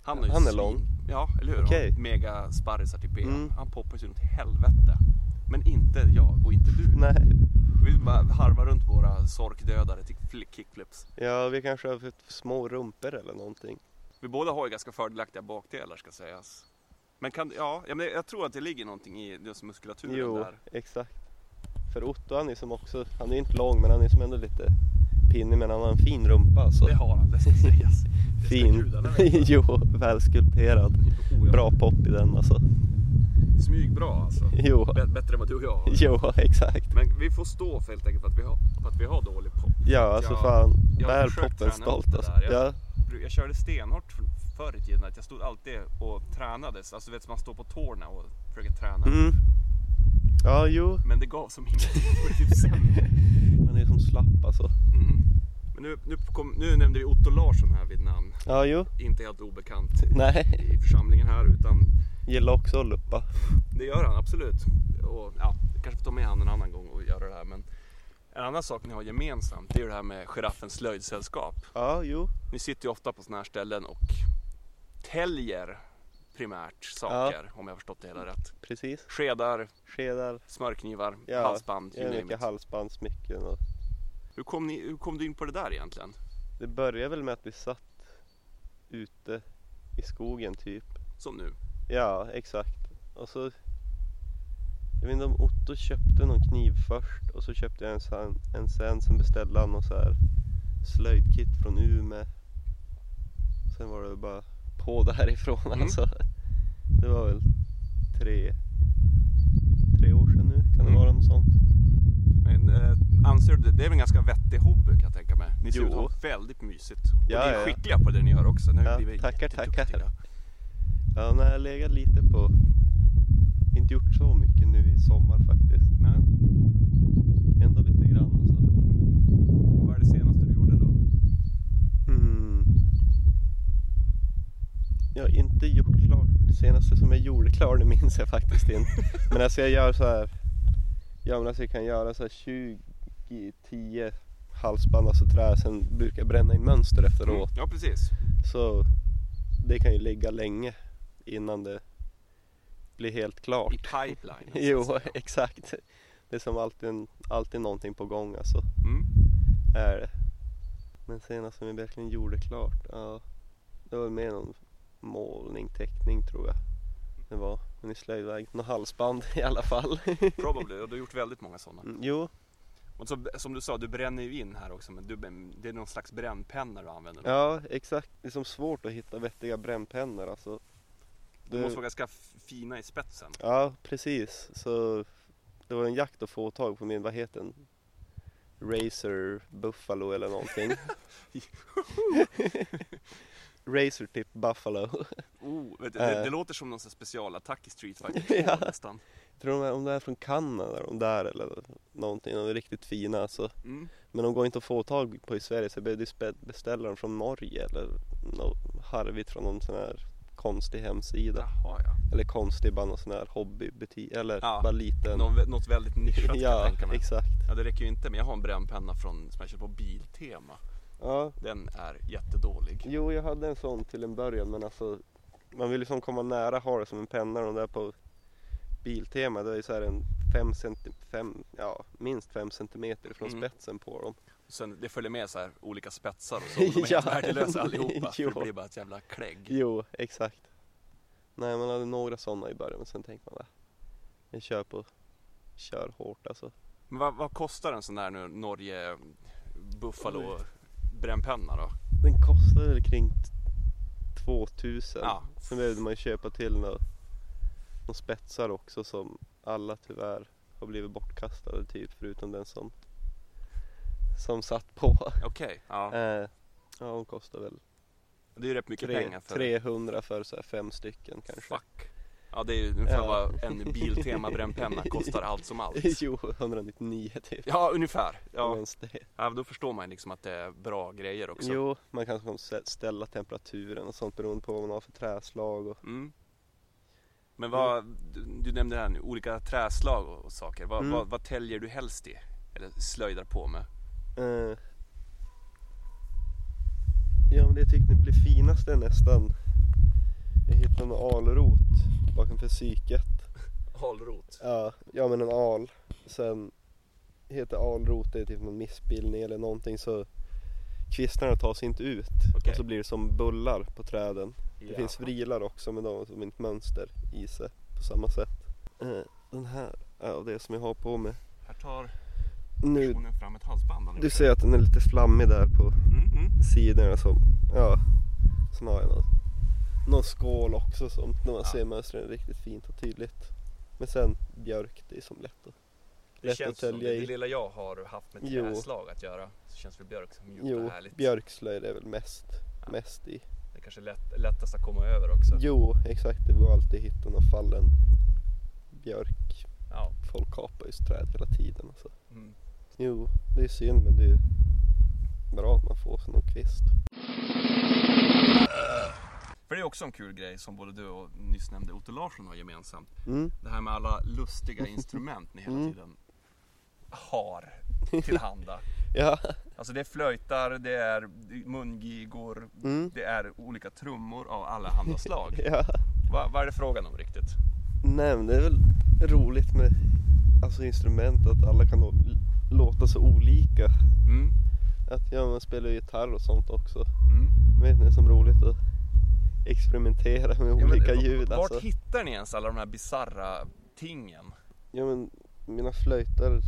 Speaker 2: Han, har ju
Speaker 4: Han är
Speaker 2: svin-
Speaker 4: lång.
Speaker 2: Ja, eller hur?
Speaker 4: Okej.
Speaker 2: Och Mega sparrisar till ben.
Speaker 4: Mm.
Speaker 2: Han poppar sig runt helvete. Men inte jag och inte du.
Speaker 4: nej.
Speaker 2: Vi bara harvar runt våra sorkdödare till flick- kickflips.
Speaker 4: Ja, vi kanske har för små rumpor eller någonting.
Speaker 2: Vi båda har ju ganska fördelaktiga bakdelar ska sägas. Men kan, ja, ja, men jag tror att det ligger någonting i just muskulaturen
Speaker 4: Jo,
Speaker 2: där.
Speaker 4: exakt. För Otto han är som också, han är inte lång men han är som ändå lite pinnig men han har en fin rumpa alltså.
Speaker 2: Det har han, det ska sägas. Det ska
Speaker 4: fin.
Speaker 2: gudarna veta.
Speaker 4: jo, välskulpterad.
Speaker 2: Oh, ja.
Speaker 4: Bra pop i den alltså.
Speaker 2: Smygbra alltså.
Speaker 4: Jo,
Speaker 2: Bä- bättre än vad du och jag har.
Speaker 4: jo exakt.
Speaker 2: Men vi får stå för helt enkelt att vi har, att vi har dålig pop.
Speaker 4: Ja, alltså
Speaker 2: jag-
Speaker 4: fan.
Speaker 2: jag har
Speaker 4: Bär
Speaker 2: försökt träna
Speaker 4: poppen
Speaker 2: upp
Speaker 4: stolt
Speaker 2: det
Speaker 4: alltså.
Speaker 2: där, jag-
Speaker 4: Ja,
Speaker 2: Jag körde stenhårt för- förr i tiden. Att jag stod alltid och tränades. Alltså du vet, man står på tårna och försöker träna.
Speaker 4: mm. ja jo.
Speaker 2: Men det gav som ingenting. Det blev typ sämre.
Speaker 4: Man är som slapp alltså.
Speaker 2: Mm. Men nu, nu, kom, nu nämnde vi Otto Larsson här vid namn.
Speaker 4: Ja, jo.
Speaker 2: Inte helt obekant
Speaker 4: Nej,
Speaker 2: i församlingen här utan
Speaker 4: gillar också att luppa.
Speaker 2: det gör han absolut. Och, ja, jag kanske får ta med han en annan gång och göra det här. Men en annan sak ni har gemensamt det är ju det här med Giraffens slöjdsällskap.
Speaker 4: Ja, jo.
Speaker 2: Ni sitter ju ofta på sådana här ställen och täljer primärt saker om jag har förstått det hela rätt.
Speaker 4: Precis.
Speaker 2: Skedar,
Speaker 4: Skedar.
Speaker 2: smörknivar,
Speaker 4: Ja,
Speaker 2: halsband,
Speaker 4: Det är
Speaker 2: you name
Speaker 4: mycket
Speaker 2: it.
Speaker 4: halsbandsmycken och
Speaker 2: Hur kom, ni, hur kom du in på det där egentligen?
Speaker 4: Det började väl med att vi satt ute i skogen typ.
Speaker 2: Som nu.
Speaker 4: Ja, exakt. Och så... Jag vet inte om Otto köpte någon kniv först och så köpte jag en sen, en sen som beställde han någon så här slöjdkit från Umeå. Sen var det väl bara på därifrån
Speaker 2: Mm.
Speaker 4: alltså. Det var väl tre, tre år sedan nu, kan det
Speaker 2: Mm.
Speaker 4: vara något sånt?
Speaker 2: Men eh, anser du det? Det är väl en ganska vettig hobby kan jag tänka mig. Ni ser
Speaker 4: Jo.
Speaker 2: ut att ha väldigt mysigt. Och
Speaker 4: Ja,
Speaker 2: ni är
Speaker 4: ja, ja.
Speaker 2: skickliga på det ni gör också. Ni har ju
Speaker 4: Ja,
Speaker 2: blivit
Speaker 4: tackar, tackar.
Speaker 2: jätteduktiga.
Speaker 4: Ja, nej, jag legat lite på... Inte gjort så mycket nu i sommar faktiskt.
Speaker 2: Nej.
Speaker 4: Men ändå lite grann alltså.
Speaker 2: Vad är det senaste du gjorde då?
Speaker 4: Mm. Jag har inte gjort klart. Det senaste som jag gjorde klart, det minns jag faktiskt inte. Men alltså jag gör så här. Ja men alltså jag kan göra så här 20, 10 halsband, alltså trä. Sen brukar jag bränna in mönster efteråt.
Speaker 2: Mm, Ja precis.
Speaker 4: Så det kan ju ligga länge innan det blir helt klart.
Speaker 2: I pipeline. så att
Speaker 4: Jo,
Speaker 2: säga.
Speaker 4: exakt. Det är som alltid, en- alltid någonting på gång alltså.
Speaker 2: Mm.
Speaker 4: Är det. Men senast som vi verkligen gjorde klart, ja. Det var mer någon målning, teckning tror jag. Det var, men i slöjdväg. Något halsband i alla fall.
Speaker 2: Probably. Och du har gjort väldigt många sådana.
Speaker 4: Mm, jo,
Speaker 2: Och så, som du sa, du bränner ju in här också. Men du, det är någon slags brännpenna du använder.
Speaker 4: ja exakt. Det är som svårt att hitta vettiga brännpennor alltså.
Speaker 2: De
Speaker 4: Det-
Speaker 2: måste vara ganska f- fina i spetsen.
Speaker 4: Ja, precis. Så det var en jakt att få tag på min, vad heter den? Racer Buffalo eller någonting. Racer Tip Buffalo.
Speaker 2: Oh, vet du, det,
Speaker 4: Eh.
Speaker 2: det låter som någon sån här specialattack i Street Fighter 2
Speaker 4: Ja.
Speaker 2: nästan.
Speaker 4: Tror de är, om det är från Kanada, de där eller någonting, de är riktigt fina alltså.
Speaker 2: Mm.
Speaker 4: Men de går inte att få tag på i Sverige så jag behövde ju spe- beställa dem från Norge eller något harvigt från någon sån här konstig hemsida.
Speaker 2: Jaha, ja.
Speaker 4: Eller konstig, bara någon sån här hobbybutik eller
Speaker 2: Ja,
Speaker 4: bara liten.
Speaker 2: Någon, vä- något väldigt nischat kan jag
Speaker 4: ja,
Speaker 2: tänka mig.
Speaker 4: exakt.
Speaker 2: Ja, det räcker ju inte. Men jag har en brännpenna från, som jag köpte på Biltema.
Speaker 4: Ja,
Speaker 2: Den är jättedålig.
Speaker 4: Jo, jag hade en sån till en början men alltså man vill liksom komma nära ha det som en penna. De där på Biltema, det är ju så här en fem centi- fem, ja, minst 5 centimeter från
Speaker 2: Mm.
Speaker 4: spetsen på dem.
Speaker 2: Sen, det följer med så här olika spetsar och så. och De är
Speaker 4: Ja.
Speaker 2: helt värdelösa allihopa. för
Speaker 4: Jo.
Speaker 2: Det blir bara ett jävla klägg.
Speaker 4: Jo, exakt. Nej, man hade några sådana i början men sen tänkte man "Äh, jag kör på, kör hårt alltså.
Speaker 2: Men vad, vad kostar en sån där nu Norge Buffalo brännpenna då?
Speaker 4: Den kostade väl kring t- 2000.
Speaker 2: Ja.
Speaker 4: Sen behövde man ju köpa till några, några spetsar också som alla tyvärr har blivit bortkastade typ förutom den som som satt på.
Speaker 2: Okej, ja.
Speaker 4: Eh, ja hon kostar väl
Speaker 2: det är ju rätt mycket
Speaker 4: tre,
Speaker 2: pengar för
Speaker 4: 300 för så här fem stycken kanske.
Speaker 2: Fuck. Ja, det är ju ungefär
Speaker 4: Ja.
Speaker 2: vad en Biltema brännpenna kostar allt som allt.
Speaker 4: jo, 199 typ.
Speaker 2: Ja, ungefär.
Speaker 4: Om
Speaker 2: Ja.
Speaker 4: ens det.
Speaker 2: Ja, då förstår man ju liksom att det är bra grejer också.
Speaker 4: Jo, man kan som sagt ställa temperaturen och sånt beroende på vad man har för träslag. Och...
Speaker 2: Mm. Men vad, du, du nämnde det här nu, olika träslag och, och saker. Vad,
Speaker 4: Mm.
Speaker 2: vad, vad täljer du helst i? Eller slöjdar på med?
Speaker 4: Eh, ja men det jag tyckte blir finast är nästan Jag hittade en alrot bakom psyket.
Speaker 2: Halrot.
Speaker 4: Ja, ja men en al. Sen heter alrot, det är typ någon missbildning eller någonting så kvistarna tas inte ut.
Speaker 2: Okej.
Speaker 4: Och så blir det som bullar på träden. Det finns vrilar också men de har som ett mönster i sig på samma sätt. Eh, den här är av det som jag har på mig.
Speaker 2: Här tar
Speaker 4: Nu,
Speaker 2: personen fram ett halsband. han
Speaker 4: du
Speaker 2: gjort.
Speaker 4: ser att den är lite flammig där på
Speaker 2: Mm, mm.
Speaker 4: sidorna som, ja, sen har jag någon, någon skål också som när man
Speaker 2: Ja.
Speaker 4: ser mönstren riktigt fint och tydligt. Men sen björk, det är som lätt att,
Speaker 2: Det
Speaker 4: lätt att
Speaker 2: känns som
Speaker 4: tälja
Speaker 2: det, det
Speaker 4: i.
Speaker 2: lilla jag har haft med
Speaker 4: Jo.
Speaker 2: träslag att göra. Så känns väl björk som mjukt
Speaker 4: Jo,
Speaker 2: och härligt.
Speaker 4: björkslöjd är väl mest,
Speaker 2: Ja.
Speaker 4: mest i.
Speaker 2: Det är kanske är lätt, lättast att komma över också.
Speaker 4: Jo, exakt, det går alltid att hitta någon fallen björk.
Speaker 2: Ja.
Speaker 4: Folk kapar ju träd hela tiden alltså.
Speaker 2: Mm.
Speaker 4: Jo, det är synd men det är ju bra att man får sig någon kvist.
Speaker 2: För det är också en kul grej som både du och nyss nämnde Otto Larsson har gemensamt.
Speaker 4: Mm.
Speaker 2: Det här med alla lustiga instrument ni hela tiden har tillhanda.
Speaker 4: Ja.
Speaker 2: Alltså det är flöjtar, det är mungigor,
Speaker 4: Mm.
Speaker 2: det är olika trummor av alla andra slag.
Speaker 4: ja.
Speaker 2: Va, vad är det frågan om riktigt?
Speaker 4: Nej men det är väl roligt med alltså instrument att alla kan lå- låta så olika.
Speaker 2: Mm.
Speaker 4: Att ja, man spelar ju gitarr och sånt också.
Speaker 2: Mm.
Speaker 4: Jag vet inte, det är som roligt att experimentera med
Speaker 2: Ja, men
Speaker 4: olika
Speaker 2: v-
Speaker 4: ljud
Speaker 2: Vart
Speaker 4: alltså.
Speaker 2: hittar ni ens alla de här bizarra tingen?
Speaker 4: Ja men mina flöjtar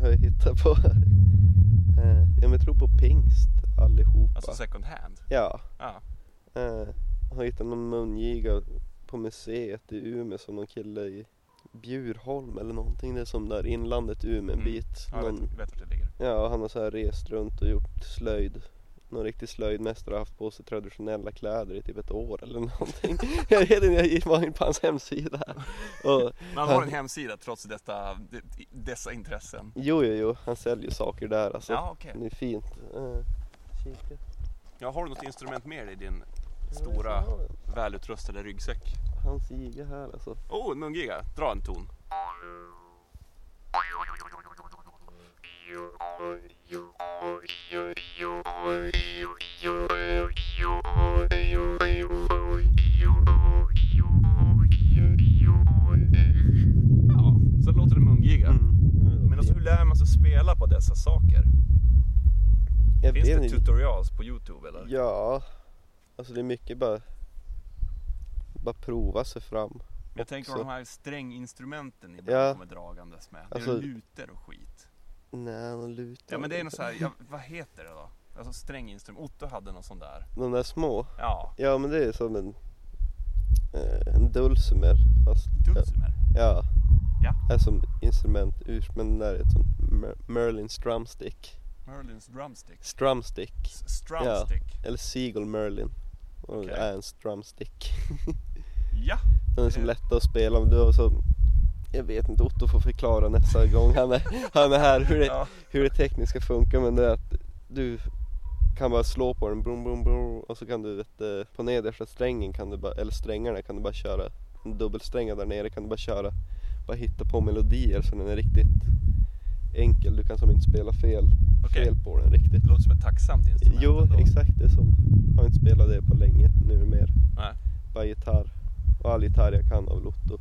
Speaker 4: har jag hittat på. Eh, ja men jag tror på pingst allihopa.
Speaker 2: Alltså second hand?
Speaker 4: Ja.
Speaker 2: Ja.
Speaker 4: Eh, har hittat någon mungiga på museet i Umeå som någon kille i Bjurholm eller någonting. Det är som där inlandet i Umeå en
Speaker 2: Mm.
Speaker 4: bit.
Speaker 2: Ja, Jag
Speaker 4: någon,
Speaker 2: vet, vet vart det ligger.
Speaker 4: ja han har så här rest runt och gjort slöjd. Någon riktig slöjdmästare har haft på sig traditionella kläder i typ ett år eller någonting. jag vet inte, jag var in på hans hemsida. Och,
Speaker 2: Man har en hemsida trots detta, de- dessa intressen.
Speaker 4: jo, jo, jo, han säljer saker där alltså.
Speaker 2: Ja, okej.
Speaker 4: Det är fint. Eh, kika.
Speaker 2: Ja, har du något instrument med dig i din stora välutrustade ryggsäck?
Speaker 4: Hans giga här alltså.
Speaker 2: Oh, en mungiga. Dra en ton. Ja, så låter det mungiga.
Speaker 4: Mm.
Speaker 2: Men alltså, hur lär man sig spela på dessa saker?
Speaker 4: Jag
Speaker 2: Finns
Speaker 4: vet
Speaker 2: det typ
Speaker 4: inte.
Speaker 2: tutorials på Youtube eller?
Speaker 4: Ja, alltså det är mycket bara, bara prova sig fram.
Speaker 2: Jag tänker på
Speaker 4: också.
Speaker 2: de här stränginstrumenten ni ibland
Speaker 4: Ja.
Speaker 2: kommer dragandes med. Det
Speaker 4: Alltså-
Speaker 2: är lutor och skit.
Speaker 4: Nej, någon luta.
Speaker 2: Ja men det är något så här, ja, vad heter det då? Alltså stränginstrument, Otto hade någon sån där.
Speaker 4: De där små.
Speaker 2: Ja,
Speaker 4: Ja, men det är som en, eh, en dulcimer fast
Speaker 2: dulcimer.
Speaker 4: ja.
Speaker 2: Ja.
Speaker 4: Är som instrument urs, men den där är ett sånt Mer- Merlins drumstick.
Speaker 2: Merlins drumstick.
Speaker 4: Strumstick.
Speaker 2: S- Strumstick.
Speaker 4: Eller Seagull Merlin. Och
Speaker 2: Okej.
Speaker 4: det är en strumstick.
Speaker 2: Ja.
Speaker 4: Den är som
Speaker 2: Eh.
Speaker 4: lätt att spela om du har så jag vet inte, Otto får förklara nästa gång han är, han är här hur det,
Speaker 2: ja.
Speaker 4: hur det tekniskt ska funka men det är att du kan bara slå på den brum, brum, brum, och så kan du vet, du, på nedersta strängen kan du bara, eller strängarna kan du bara köra en dubbelstränga där nere kan du bara köra bara hitta på melodier så den är riktigt enkel du kan som inte spela fel,
Speaker 2: Okej.
Speaker 4: fel på den riktigt.
Speaker 2: Det låter som ett tacksamt instrument
Speaker 4: Jo
Speaker 2: ändå.
Speaker 4: exakt det är som, jag har inte spelat det på länge nu mer.
Speaker 2: Nej.
Speaker 4: Bara gitarr och all gitarr jag kan av Lotto.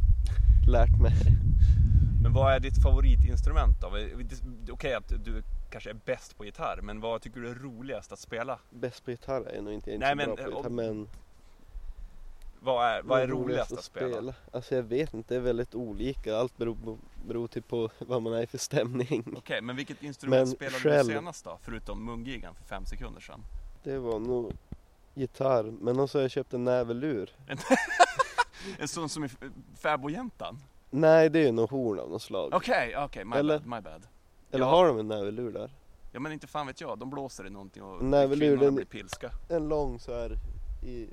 Speaker 4: Lärt mig.
Speaker 2: Men vad är ditt favoritinstrument då? Det- det- Okej att du kanske är bäst på gitarr, men vad tycker du är roligast att spela?
Speaker 4: Bäst på gitarr är jag nog inte, jag är inte
Speaker 2: Nej,
Speaker 4: så
Speaker 2: men,
Speaker 4: bra på
Speaker 2: eh,
Speaker 4: gitarr
Speaker 2: om-
Speaker 4: men
Speaker 2: Vad är, vad är roligast att spela?
Speaker 4: Alltså jag vet inte, det är väldigt olika. Allt beror, på- beror typ på vad man är i för stämning.
Speaker 2: Okej, men vilket instrument
Speaker 4: Men
Speaker 2: spelade
Speaker 4: själv-
Speaker 2: du senast då? Förutom mungigan för fem sekunder sedan.
Speaker 4: Det var nog gitarr, men också har jag köpt en nävelur.
Speaker 2: En sån som i fäbodjäntan?
Speaker 4: Nej, det är ju något horn av något slag.
Speaker 2: Okej, okej, my
Speaker 4: Eller-
Speaker 2: bad, my bad.
Speaker 4: Eller
Speaker 2: ja.
Speaker 4: har de en nävelur där?
Speaker 2: Ja men inte fan vet jag, de blåser i någonting och
Speaker 4: Nej, väl ur
Speaker 2: kvinnorna
Speaker 4: den-
Speaker 2: blir pilska.
Speaker 4: En lång så här i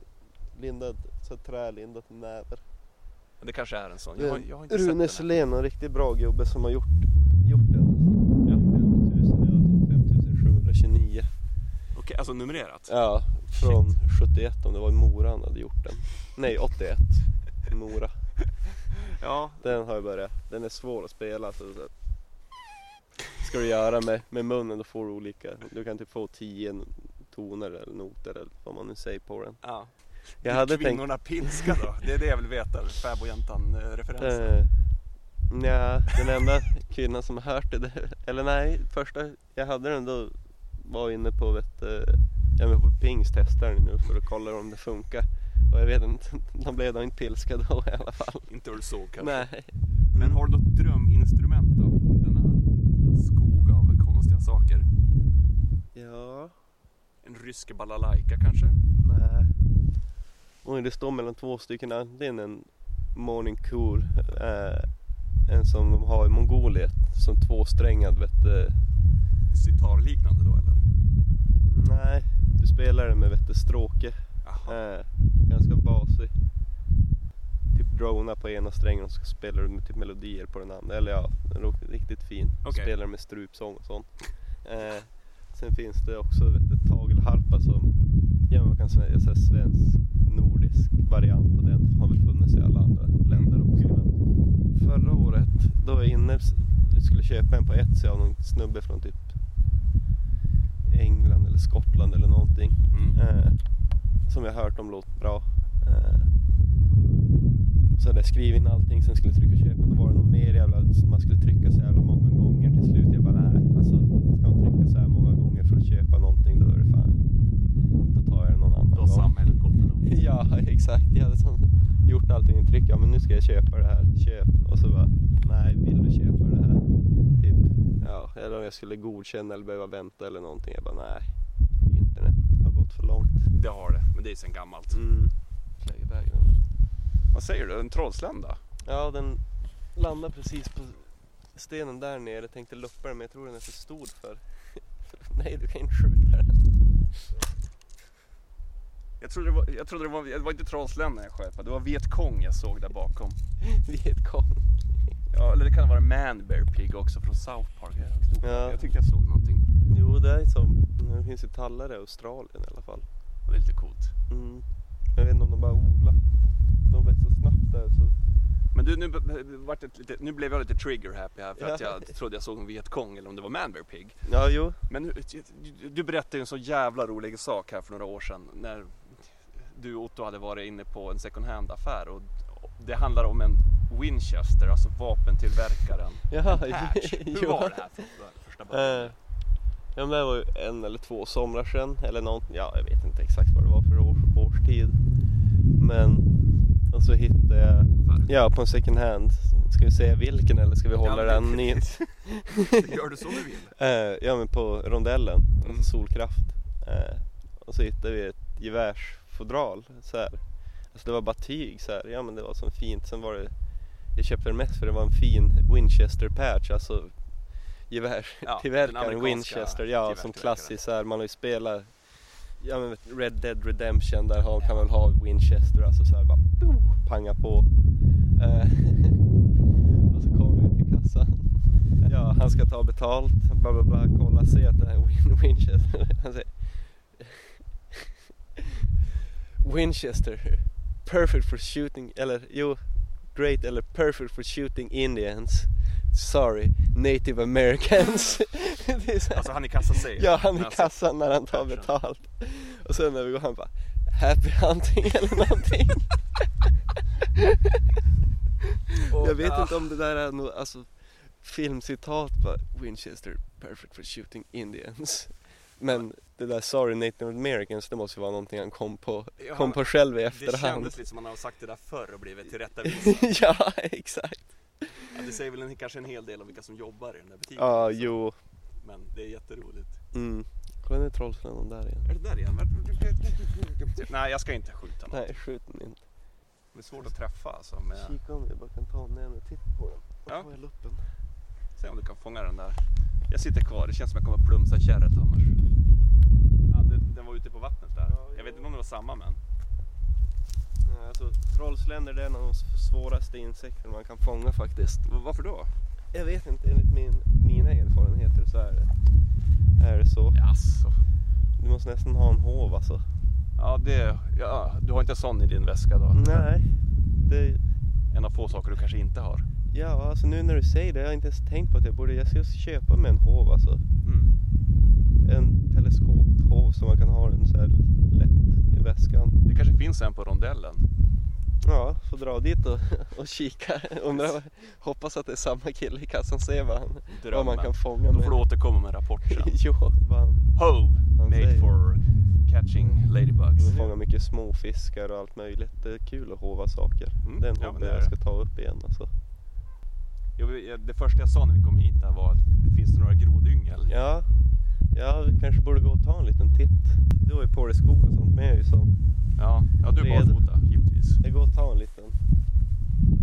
Speaker 4: lindad, så här trälindad näver.
Speaker 2: Men det kanske är en sån. Jag har, jag har inte
Speaker 4: Rune
Speaker 2: sett den.
Speaker 4: Selén, en riktigt bra gubbe som har gjort, gjort den. Ja. typ 11 5729.
Speaker 2: här. Okej, alltså numrerat.
Speaker 4: Ja, från 71 om det var i Mora han hade gjort den. Nej, 81. Mora.
Speaker 2: Ja,
Speaker 4: Den har jag börjat. Den är svår att spela. Så så- Ska du göra med, med munnen då får du olika. Du kan typ få tio n- toner eller noter eller vad man nu säger på den.
Speaker 2: ja.
Speaker 4: Jag
Speaker 2: Blir
Speaker 4: hade tänkt...
Speaker 2: kvinnorna pilska då? Det är det jag vill veta, fäbodjäntan-referensen.
Speaker 4: Eh, nja, den enda kvinnan som har hört det, där- eller nej, första jag hade den då var inne på vet, eh, jag var på Pings testar den nu för att kolla om det funkar. Och jag vet inte, de blev då inte pilska då i alla fall.
Speaker 2: Inte Ulso kanske.
Speaker 4: Nej.
Speaker 2: Men har du något dröminstrument då? I denna skog av konstiga saker.
Speaker 4: Mm. Ja.
Speaker 2: En rysk balalaika kanske?
Speaker 4: Nej. Oj, det står mellan två stycken. Antingen en morning cool, eh, en som de har i Mongoliet, som tvåsträngad vet du.
Speaker 2: Sitarliknande då eller?
Speaker 4: Nej, du spelar den med vet du, stråke.
Speaker 2: Jaha.
Speaker 4: Eh, ganska basig. Typ drona på ena strängen och så spelar du med typ melodier på den andra. Eller ja, den är riktigt fin.
Speaker 2: Okej.
Speaker 4: Spelar med strupsång och sånt. Eh, Sen finns det också vet du, tagelharpa som ja, man kan säga så här, svensk, nordisk variant och den har väl funnits i alla andra länder också. Men förra året, då var jag inne, jag skulle köpa en på Etsy av någon snubbe från typ England eller Skottland eller någonting.
Speaker 2: Mm.
Speaker 4: Eh, som jag hört om låter bra. Eh, så hade jag skrivit in allting, sen skulle jag trycka köp, men då var det något mer jävla, man skulle trycka så jävla många gånger till slut. Jag bara nej, alltså ska man trycka så här många gånger för att köpa någonting då är det fan, då tar jag det någon annan
Speaker 1: Då har samhället gått för långt.
Speaker 4: Ja, exakt. Jag hade som gjort allting i tryck. Ja, men nu ska jag köpa det här. Köp. Och så bara, nej, vill du köpa det här? Typ, ja, eller om jag skulle godkänna eller behöva vänta eller någonting. Jag bara, nej, internet har gått för långt.
Speaker 2: Det har det, men det är sen gammalt.
Speaker 4: Mm. Lägg iväg den.
Speaker 2: Vad säger du, en trollslända?
Speaker 4: Ja, den landade precis på stenen där nere. Jag tänkte luppa den, men jag tror den är för stor för... nej, du kan inte skjuta den.
Speaker 2: Jag trodde det var, jag trodde det var, det var inte trollslända jag sköt på, det var vietkong jag såg där bakom.
Speaker 4: Vietkong.
Speaker 2: Ja, eller det kan vara Man Bear Pig också från South Park. Jag, stod,
Speaker 4: Ja.
Speaker 2: jag tyckte jag såg någonting.
Speaker 4: Jo, det är som... Det finns ju tallar i Australien i alla fall.
Speaker 2: Det är lite coolt.
Speaker 4: Mm. Jag vet inte om de bara odlar. De växer snabbt där så...
Speaker 2: Men du, nu, b- b- vart det lite, nu blev jag lite trigger happy här för att
Speaker 4: Ja.
Speaker 2: jag trodde jag såg en vietkong eller om det var Man Bear Pig.
Speaker 4: Ja, jo.
Speaker 2: Men nu, du- du berättade ju en så jävla rolig sak här för några år sedan när du Otto hade varit inne på en second hand affär och det handlar om en Winchester, alltså vapentillverkaren.
Speaker 4: Ja,
Speaker 2: Hatch. Äh, Hur
Speaker 4: jo.
Speaker 2: var det här för för första början?
Speaker 4: Eh, Ja, men det var ju en eller två somrar sedan eller någonting. Ja, jag vet inte exakt vad det var för år, årstid. Men... Och så hittade jag... Ja, på en second hand. Ska vi säga vilken eller ska vi hålla
Speaker 2: Ja,
Speaker 4: den
Speaker 2: men-
Speaker 4: ny?
Speaker 2: Gör du som du vill.
Speaker 4: Eh, ja men på rondellen,
Speaker 2: Mm.
Speaker 4: alltså solkraft. Eh, och så hittade vi ett gevärsfodral så här. Alltså det var bara tyg så här. ja men det var så fint. Sen var det, jag köpte det mest för det var en fin Winchester patch, alltså
Speaker 2: Ja, den
Speaker 4: gevärstillverkaren
Speaker 2: amerikanska
Speaker 4: Winchester. Ja, som
Speaker 2: gevärstillverkaren.
Speaker 4: klassiskt så här, man har ju spelat ja, men vet- Red Dead Redemption, där har, kan man väl ha Winchester, alltså så här bara boom, panga på. Eh, och så kommer vi till kassan. Ja, han ska ta betalt, bla bla bla, kolla, se att det är Win- Winchester. Han säger Winchester, perfect for shooting, eller jo, great eller perfect for shooting Indians. Sorry, native americans. Det är så här-
Speaker 2: Alltså han i kassan säger
Speaker 4: Ja, han i
Speaker 2: Alltså,
Speaker 4: kassan när han tar
Speaker 2: Kanske.
Speaker 4: betalt. Och sen när vi går han bara Happy hunting eller någonting.
Speaker 2: och-
Speaker 4: Jag vet
Speaker 2: ja.
Speaker 4: inte om det där är något alltså, filmcitat bara Winchester perfect for shooting Indians. Men det där sorry native americans det måste ju vara någonting han kom på,
Speaker 2: Ja,
Speaker 4: kom på själv i
Speaker 2: Det
Speaker 4: efterhand.
Speaker 2: kändes lite som att han har sagt det där förr och blivit tillrättavisad.
Speaker 4: ja, exakt.
Speaker 2: Ja, det säger väl en, kanske en hel del om vilka som jobbar i den där butiken.
Speaker 4: Ja,
Speaker 2: också.
Speaker 4: jo.
Speaker 2: Men det är jätteroligt.
Speaker 4: Mm. Kolla nu är trollsländan där igen.
Speaker 2: Är det där igen? Nej, jag ska inte skjuta någon.
Speaker 4: Nej, skjut den inte.
Speaker 2: Det är svårt att träffa alltså. Med...
Speaker 4: Kika om jag bara kan ta ner mig och titta på den. Då
Speaker 2: Ja.
Speaker 4: får jag luppen.
Speaker 2: Se om du kan fånga den där. Jag sitter kvar, det känns som jag kommer plumsa kärret annars. Ja, det, den var ute på vattnet där.
Speaker 4: Ja,
Speaker 2: Jag vet
Speaker 4: jo.
Speaker 2: inte om det var samma men.
Speaker 4: Ja, Alltså, trollsländer det är en av de svåraste insekter man kan fånga faktiskt.
Speaker 2: V- Varför då?
Speaker 4: Jag vet inte, enligt min, mina erfarenheter så är det, är det så.
Speaker 2: Jaså.
Speaker 4: Du måste nästan ha en hov alltså.
Speaker 2: Ja, det, ja, du har inte en sån i din väska då?
Speaker 4: Nej, det,
Speaker 2: En av få saker du kanske inte har.
Speaker 4: ja alltså nu när du säger det, jag har inte ens tänkt på att jag borde, jag ska köpa mig en hov alltså.
Speaker 2: Mm.
Speaker 4: En teleskophov som man kan ha den så här lätt i väskan.
Speaker 2: Det kanske finns en på rondellen.
Speaker 4: Ja, får dra dit och, och kika. Undrar, vad- hoppas att det är samma kille i kassan, se vad, han, vad man
Speaker 2: Drömmen.
Speaker 4: kan fånga
Speaker 2: Då
Speaker 4: med.
Speaker 2: får du återkomma med en rapport sen.
Speaker 4: jo, vad han-
Speaker 2: Hove,
Speaker 4: Han
Speaker 2: made
Speaker 4: säger-
Speaker 2: for catching ladybugs.
Speaker 4: Man fångar mycket småfiskar och allt möjligt. Det är kul att hova saker.
Speaker 2: Mm,
Speaker 4: Det är en
Speaker 2: ja, men
Speaker 4: hobby
Speaker 2: det är
Speaker 4: jag
Speaker 2: det.
Speaker 4: ska ta upp igen alltså.
Speaker 2: Jo, vi- det första jag sa när vi kom hit där var att finns det några grodyngel?
Speaker 4: Ja, ja, vi kanske borde gå och ta en liten titt. Du har ju på dig skor och sånt med ju så
Speaker 2: ja, ja du är
Speaker 4: Red.
Speaker 2: barfota givetvis.
Speaker 4: jag går och tar en liten,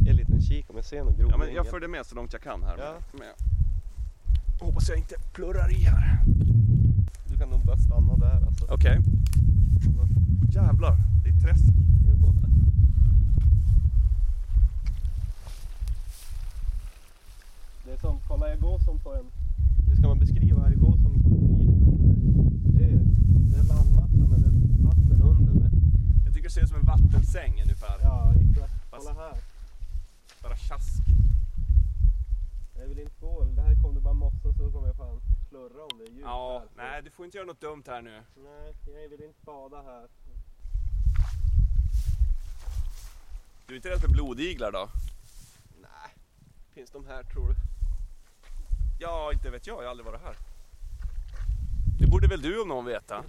Speaker 4: en liten kik om jag ser någon grov
Speaker 2: Ja, men jag
Speaker 4: yngel.
Speaker 2: följer med så långt jag kan här.
Speaker 4: Ja.
Speaker 2: Men jag hoppas jag inte plurrar i här.
Speaker 4: Du kan nog bara stanna där alltså.
Speaker 2: Okej. Jävlar, det är träsk.
Speaker 4: Jo. Det är som, kolla jag går som på en, eh, hur ska man beskriva, jag går som på en flytande
Speaker 2: ser ut som en vattensäng ungefär.
Speaker 3: Ja, exakt. Kolla
Speaker 2: Fast-
Speaker 3: här.
Speaker 2: Bara tjask.
Speaker 4: Jag vill inte gå. Det här kommer du bara mossa så kommer jag fan klurra om det är djupt
Speaker 2: Ja,
Speaker 4: här.
Speaker 2: nej du får inte göra något dumt här nu.
Speaker 4: nej. jag vill inte bada här.
Speaker 2: Du är inte rädd för blodiglar då?
Speaker 4: Nej. Finns de här tror du?
Speaker 2: Ja, inte vet jag. Jag har aldrig varit här. Det borde väl du om någon veta?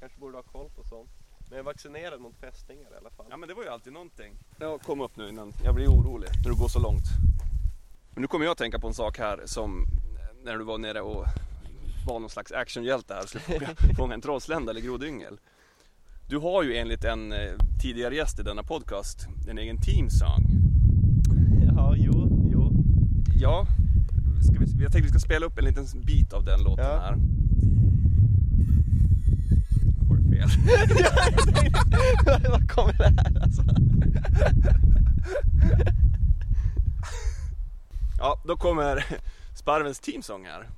Speaker 4: Kanske borde ha koll på sånt. Men jag är vaccinerad mot fästingar i alla fall.
Speaker 2: Ja, men det var ju alltid någonting. Ja, kom upp nu innan. Jag blir orolig när du går så långt. Men nu kommer jag att tänka på en sak här som när du var nere och var någon slags actionhjälte här och skulle fånga, fånga en trollslända eller grodyngel. Du har ju enligt en eh, tidigare gäst i denna podcast en egen teamsång.
Speaker 4: Ja, jo, jo.
Speaker 2: Ja, ska vi, jag tänkte vi ska spela upp en liten bit av den låten
Speaker 4: Ja.
Speaker 2: här. Var det fel?
Speaker 4: Vad kommer det här alltså?
Speaker 2: Ja, då kommer Sparvens teamsång här.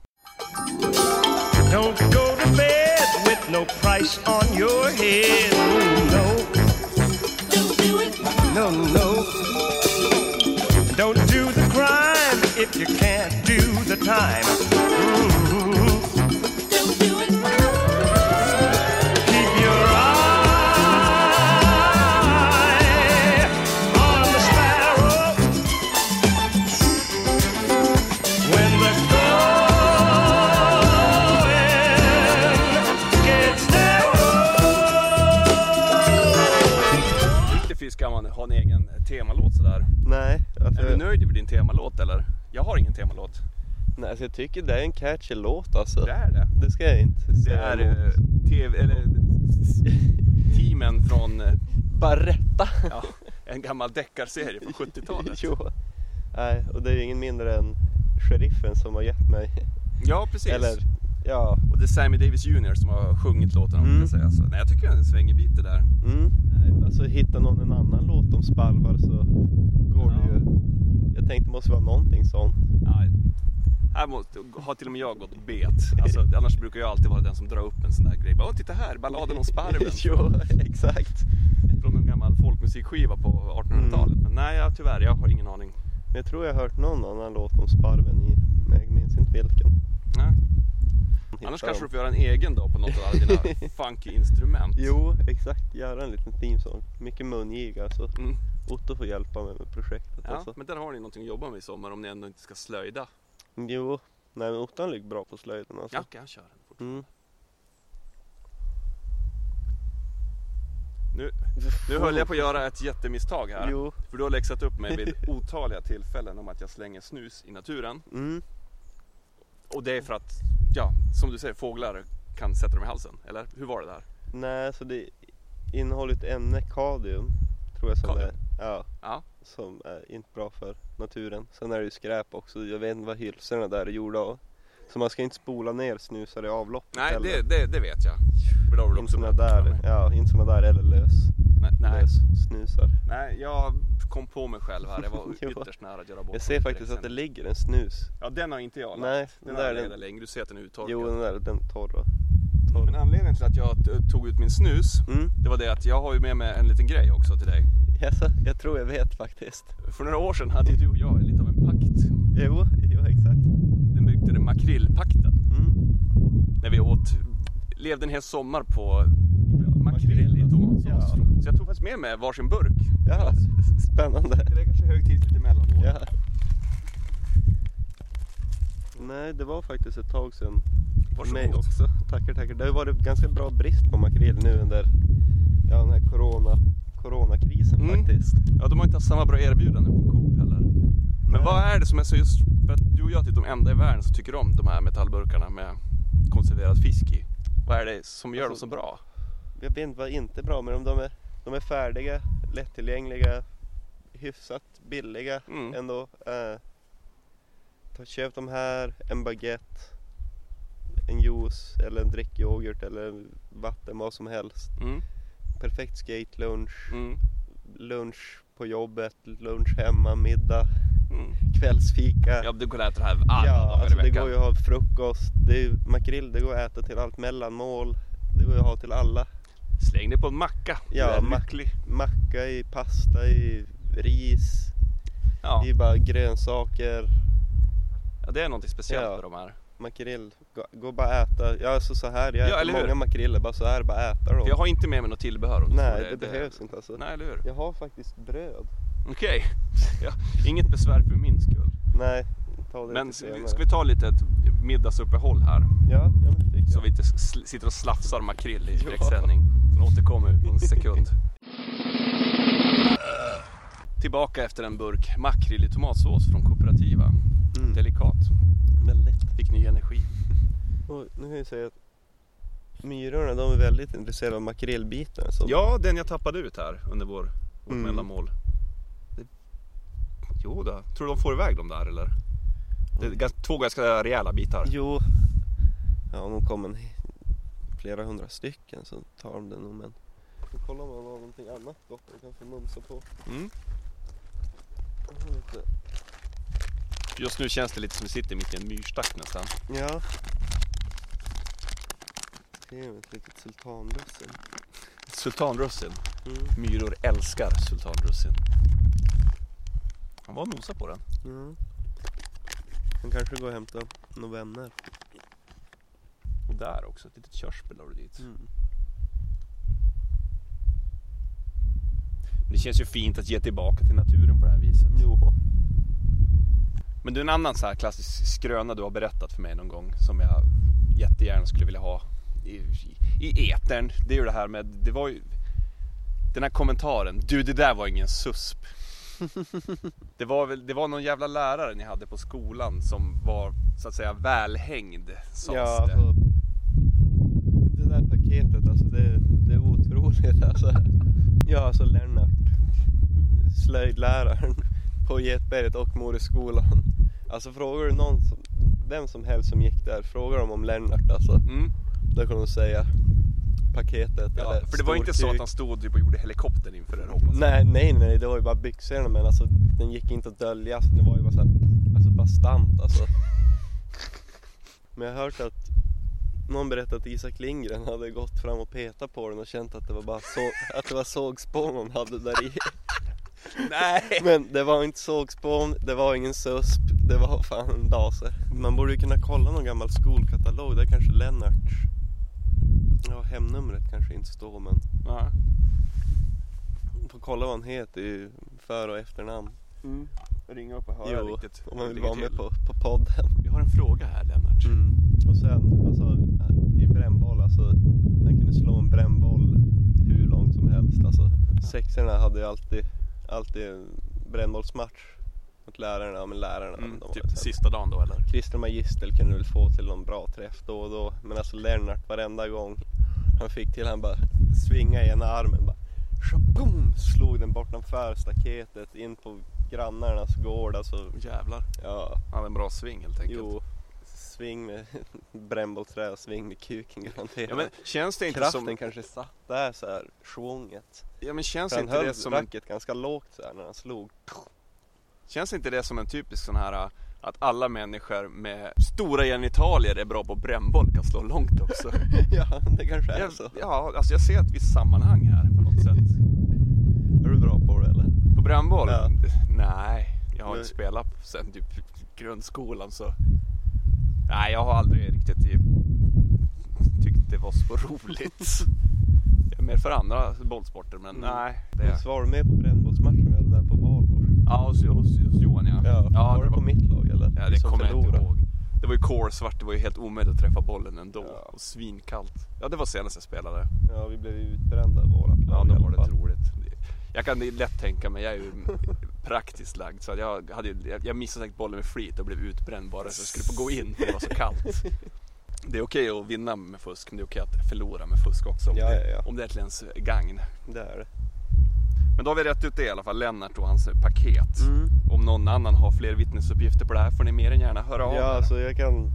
Speaker 5: Don't go to bed with no price on your head. Oh, no. Don't do it. No, no. Don't do the crime if you can't do the time. Mhm.
Speaker 6: Don't do it.
Speaker 5: Keep your eye on the sparrow. When the going gets narrow.
Speaker 2: Ytterfisk kan man ha en egen temalåt sådär.
Speaker 4: Nej, alltså,
Speaker 2: Är du nöjd med din temalåt eller? Jag har ingen temalåt.
Speaker 4: nej alltså jag tycker det är en catchy låt alltså.
Speaker 2: Det är det.
Speaker 4: Det ska jag inte
Speaker 2: Det
Speaker 4: säga
Speaker 2: är
Speaker 4: emot.
Speaker 2: eh, TV, eller, teamen från eh,
Speaker 4: Bara rätta!
Speaker 2: ja, en gammal deckarserie från 70-talet.
Speaker 4: jo. Nej, och det är ju ingen mindre än sheriffen som har gett mig.
Speaker 2: Ja, precis.
Speaker 4: Eller, ja.
Speaker 2: Och det är Sammy Davis Jr som har sjungit låten om
Speaker 4: Mm.
Speaker 2: man ska säga så. Nej, jag tycker den svänger bit det där.
Speaker 4: Mm. Nej, Alltså hitta någon en annan låt om sparvar så går det
Speaker 2: Ja.
Speaker 4: ju. Jag tänkte det måste vara någonting sånt.
Speaker 2: Nej. Här måste, har till och med jag gått bet. Alltså, annars brukar jag alltid vara den som drar upp en sån där grej. Bara, "Åh, titta här, balladen om sparven.
Speaker 4: jo, exakt.
Speaker 2: Från en gammal folkmusikskiva på 1800-talet.
Speaker 4: Mm.
Speaker 2: Men nej, ja, tyvärr, jag har ingen aning.
Speaker 4: Men jag tror jag har hört någon annan låt om sparven i, men jag minns inte vilken.
Speaker 2: Nej.
Speaker 4: Hittar
Speaker 2: Annars
Speaker 4: dem.
Speaker 2: kanske du får göra en egen då på något av alla dina funky instrument.
Speaker 4: Jo, exakt. Göra en liten teamsång. Mycket mungiga alltså.
Speaker 2: Mm.
Speaker 4: Otto får hjälpa mig med projektet
Speaker 2: Ja,
Speaker 4: alltså.
Speaker 2: men där har ni någonting att jobba med i sommar om ni ändå inte ska slöjda.
Speaker 4: Jo, nej men Otto han ligger bra på slöjden alltså.
Speaker 2: Ja, okej, han kör den fort.
Speaker 4: Mm.
Speaker 2: Nu, nu höll jag på att göra ett jättemisstag här.
Speaker 4: Jo.
Speaker 2: För du har läxat upp mig vid otaliga tillfällen om att jag slänger snus i naturen.
Speaker 4: Mm.
Speaker 2: Och det är för att, ja, som du säger, fåglar kan sätta dem i halsen. Eller hur var det där?
Speaker 4: Nej, så det innehåller ett ämne, kadmium, tror jag som
Speaker 2: Kadmium?
Speaker 4: är. Ja.
Speaker 2: Ja.
Speaker 4: Som är inte bra för naturen. Sen är det ju skräp också. Jag vet inte vad hylsorna där är gjorda av. Så man ska inte spola ner snusare i avloppet
Speaker 2: Nej,
Speaker 4: heller.
Speaker 2: det, det, det vet jag. För då har du
Speaker 4: Inte
Speaker 2: också
Speaker 4: såna
Speaker 2: berättat för
Speaker 4: där,
Speaker 2: mig.
Speaker 4: ja, inte såna där eller lös,
Speaker 2: Nej, nej,
Speaker 4: lös snusar.
Speaker 2: nej, jag kom på mig själv här. Jag var
Speaker 4: Jo.
Speaker 2: ytterst nära att göra bort
Speaker 4: Jag
Speaker 2: mig
Speaker 4: ser
Speaker 2: direkt
Speaker 4: faktiskt att det
Speaker 2: sen.
Speaker 4: ligger en snus.
Speaker 2: Ja, den har inte jag lagt.
Speaker 4: Nej,
Speaker 2: den
Speaker 4: den
Speaker 2: har
Speaker 4: där
Speaker 2: jag
Speaker 4: den-
Speaker 2: legat länge. Du ser att den är uttorkad.
Speaker 4: Jo, den där den torra.
Speaker 2: Men anledningen till att jag t- tog ut min snus,
Speaker 4: Mm,
Speaker 2: det var det att jag har ju med mig en liten grej också till dig.
Speaker 4: jaså, jag tror jag vet faktiskt.
Speaker 2: För några år sedan hade ju du och jag lite av en pakt.
Speaker 4: Jo, jo exakt.
Speaker 2: Den byggde den makrillpakten.
Speaker 4: Mm.
Speaker 2: När vi åt, levde en hel sommar på makrill i tomatsås.
Speaker 4: Ja.
Speaker 2: Så jag tog faktiskt med mig varsin burk.
Speaker 4: Ja, s- spännande.
Speaker 2: Det är kanske högtidligt emellanåt.
Speaker 4: Ja. Nej, det var faktiskt ett tag sedan.
Speaker 2: Varsågod.
Speaker 4: Mig också. Tackar, tackar. Det har ju varit ganska bra brist på makrill nu under ja, den här corona, coronakrisen
Speaker 2: Mm.
Speaker 4: faktiskt.
Speaker 2: Ja, de har inte haft samma bra erbjudanden på Coop heller. Men
Speaker 4: Nej.
Speaker 2: vad är det som är så just, för att du och jag är typ de enda i världen som tycker om de här metallburkarna med konserverad fisk i. Vad är det som gör
Speaker 4: Alltså-
Speaker 2: dem så bra?
Speaker 4: Jag vet inte vad inte är bra med dem. De är, de är färdiga, lättillgängliga, hyfsat billiga
Speaker 2: Mm.
Speaker 4: ändå. Eh, ta, köp de här, en baguette, en juice eller en drickyoghurt eller vatten, vad som helst.
Speaker 2: Mm.
Speaker 4: Perfekt skate lunch,
Speaker 2: Mm.
Speaker 4: lunch på jobbet, lunch hemma, middag,
Speaker 2: Mm.
Speaker 4: kvällsfika.
Speaker 2: Ja, du kunde äta det här alla dagar
Speaker 4: alltså
Speaker 2: i
Speaker 4: det
Speaker 2: veckan.
Speaker 4: går ju att ha frukost, det är ju makrill, det går att äta till allt mellanmål, det går ju att ha till alla.
Speaker 2: Släng dig på en macka. Du
Speaker 4: Ja,
Speaker 2: är
Speaker 4: mack-
Speaker 2: lycklig.
Speaker 4: Macka i pasta i ris.
Speaker 2: Ja.
Speaker 4: Det är bara grönsaker.
Speaker 2: ja, det är någonting speciellt
Speaker 4: Ja.
Speaker 2: med de här.
Speaker 4: Makrill, gå, gå och bara äta. Ja, alltså så här. Jag
Speaker 2: Ja,
Speaker 4: äter
Speaker 2: eller hur?
Speaker 4: många makriller, bara så här, bara äta dem.
Speaker 2: För jag har inte med mig något tillbehör. om du
Speaker 4: Nej,
Speaker 2: tror
Speaker 4: det, behövs inte alltså.
Speaker 2: Nej, eller hur?
Speaker 4: Jag har faktiskt bröd.
Speaker 2: Okej. Ja, inget besvär för min skull.
Speaker 4: Nej, ta det
Speaker 2: Men
Speaker 4: lite
Speaker 2: ska
Speaker 4: senare.
Speaker 2: vi- ska vi ta lite ett middagsuppehåll här?
Speaker 4: Ja, ja men det tycker
Speaker 2: Så
Speaker 4: jag.
Speaker 2: vi inte sl- sitter och slafsar makrill i direktsändning. Den återkommer vi på en sekund. Tillbaka efter en burk makrill i tomatsås från Kooperativa.
Speaker 4: Mm.
Speaker 2: Delikat.
Speaker 4: Väldigt.
Speaker 2: Fick ny energi.
Speaker 4: Och nu kan jag säga att myrorna de är väldigt intresserade av makrillbitarna. Så
Speaker 2: Ja, den jag tappade ut här under vår, vårt
Speaker 4: Mm.
Speaker 2: mellanmål. Det... Jo då. tror du de får iväg dem där eller? Det är gans- två ganska rejäla bitar.
Speaker 4: Jo. Ja, om de kommer en, flera hundra stycken så tar de det nog men. Vi kollar om man har någonting annat gott man kan få mumsa på.
Speaker 2: Mm.
Speaker 4: Jag har lite-
Speaker 2: Just nu känns det lite som vi sitter mitt i en myrstack nästan.
Speaker 4: Ja. Det är ett litet sultanbössin.
Speaker 2: Sultanrussin.
Speaker 4: Mm.
Speaker 2: Myror älskar sultanrussin. Han var och nosade på den.
Speaker 4: Ja. Man kanske går och hämtar några vänner.
Speaker 2: Och där också, ett litet körsbär la du dit.
Speaker 4: Mm.
Speaker 2: Men Det känns ju fint att ge tillbaka till naturen på det här viset.
Speaker 4: Jo.
Speaker 2: Men du, en annan så här klassisk skröna du har berättat för mig någon gång som jag jättegärna skulle vilja ha i, i etern. Det är ju det här med, det var ju den här kommentaren. Du, det där var ingen susp. Det var, väl, det var någon jävla lärare ni hade på skolan som var så att säga välhängd, sades
Speaker 4: Ja,
Speaker 2: det.
Speaker 4: alltså, det där paketet alltså det, det är otroligt alltså. Ja alltså Lennart, slöjdläraren på Getberget och Moreskolan. Alltså frågar du någon, som, vem som helst som gick där, frågar de om Lennart alltså.
Speaker 2: Mm.
Speaker 4: Då kommer de säga paketet
Speaker 2: Ja,
Speaker 4: eller
Speaker 2: för det var inte så att han stod typ och gjorde helikoptern inför er hoppas jag.
Speaker 4: Nej, nej, nej, det var ju bara byxorna men alltså den gick inte att dölja. Så det var ju bara så här, alltså bastant alltså. Men jag har hört att någon berättade att Isak Lindgren hade gått fram och petat på den och känt att det var bara så, att det var sågspån han hade där i.
Speaker 2: Nej!
Speaker 4: Men det var inte sågspån, det var ingen susp, det var fan en dase. Man borde ju kunna kolla någon gammal skolkatalog, där kanske Lennart, ja hemnumret kanske inte står men
Speaker 2: Ja.
Speaker 4: får kolla vad han heter i för och efternamn.
Speaker 2: Mm. Ringa upp och
Speaker 4: Jo,
Speaker 2: riktigt hur
Speaker 4: om
Speaker 2: det
Speaker 4: man vill
Speaker 2: ligger
Speaker 4: vara med
Speaker 2: till. Mm.
Speaker 4: på, på podden.
Speaker 2: Vi har en fråga här Lennart.
Speaker 4: Mm. Och sen alltså, i brännboll, alltså, han kunde slå en brännboll hur långt som helst. Alltså, sexorna hade ju alltid, alltid en brännbollsmatch mot lärarna. Ja, men lärarna
Speaker 2: Mm,
Speaker 4: de var
Speaker 2: typ
Speaker 4: så här-
Speaker 2: sista dagen då eller?
Speaker 4: Christer Magistel kunde väl få till någon bra träff då och då. Men alltså Lennart varenda gång han fick till han bara svinga i ena armen bara shaboom, slog den bortanför staketet in på grannarnas gård. Alltså,
Speaker 2: Jävlar.
Speaker 4: ja.
Speaker 2: Han hade en bra sving helt enkelt.
Speaker 4: Jo, sving med brännbollsträ och sving med kuken garanterat.
Speaker 2: Ja, men känns det inte
Speaker 4: Kraften
Speaker 2: som...
Speaker 4: kanske satt där så här, schwunget.
Speaker 2: Ja, men känns
Speaker 4: För han
Speaker 2: inte,
Speaker 4: höll
Speaker 2: det som en,
Speaker 4: racket ganska lågt så här när han slog.
Speaker 2: känns inte det som en typisk sån här äh, att alla människor med stora genitalier är bra på brännboll kan slå långt också?
Speaker 4: ja, det kanske är
Speaker 2: jag,
Speaker 4: så.
Speaker 2: ja, alltså jag ser ett visst sammanhang här på något sätt.
Speaker 4: Är du bra på det eller?
Speaker 2: På brännboll?
Speaker 4: Ja.
Speaker 2: Nej, jag har
Speaker 4: Nej.
Speaker 2: inte spelat sen typ grundskolan så... Nej, jag har aldrig riktigt i- tyckt det var så roligt. jag är mer för andra bollsporter men
Speaker 4: Mm.
Speaker 2: nej.
Speaker 4: Men
Speaker 2: Det...
Speaker 4: så var du med på brännbollsmatchen vi hade där på Valborg?
Speaker 2: Ja, hos, hos, hos Johan ja.
Speaker 4: Ja, var
Speaker 2: det
Speaker 4: du på mitt lag eller?
Speaker 2: Ja,
Speaker 4: Vi
Speaker 2: det
Speaker 4: som
Speaker 2: kommer jag inte
Speaker 4: förlorade.
Speaker 2: ihåg. Det var ju kolsvart, det var ju helt omöjligt att träffa bollen ändå.
Speaker 4: Ja.
Speaker 2: Och svinkallt. Ja, det var senast jag spelade.
Speaker 4: Ja, vi blev ju utbrända vårat
Speaker 2: Ja,
Speaker 4: lag i
Speaker 2: då
Speaker 4: alla
Speaker 2: var det
Speaker 4: fall.
Speaker 2: troligt. Jag kan det lätt tänka mig, jag är ju praktiskt lagd. Så att jag, hade, ju- jag- jag missade säkert bollen med flit och blev utbränd bara så jag skulle få gå in för det var så kallt. Det är okej att vinna med fusk, men det är okej att förlora med fusk också. Om,
Speaker 4: Ja,
Speaker 2: det,
Speaker 4: ja, ja.
Speaker 2: om det är till ens gagn.
Speaker 4: Det är det.
Speaker 2: Men då har vi rätt ut det i alla fall, Lennart och hans paket.
Speaker 4: Mm.
Speaker 2: Om någon annan har fler vittnesuppgifter på det här får ni mer än gärna höra av
Speaker 4: Ja,
Speaker 2: er.
Speaker 4: alltså jag kan,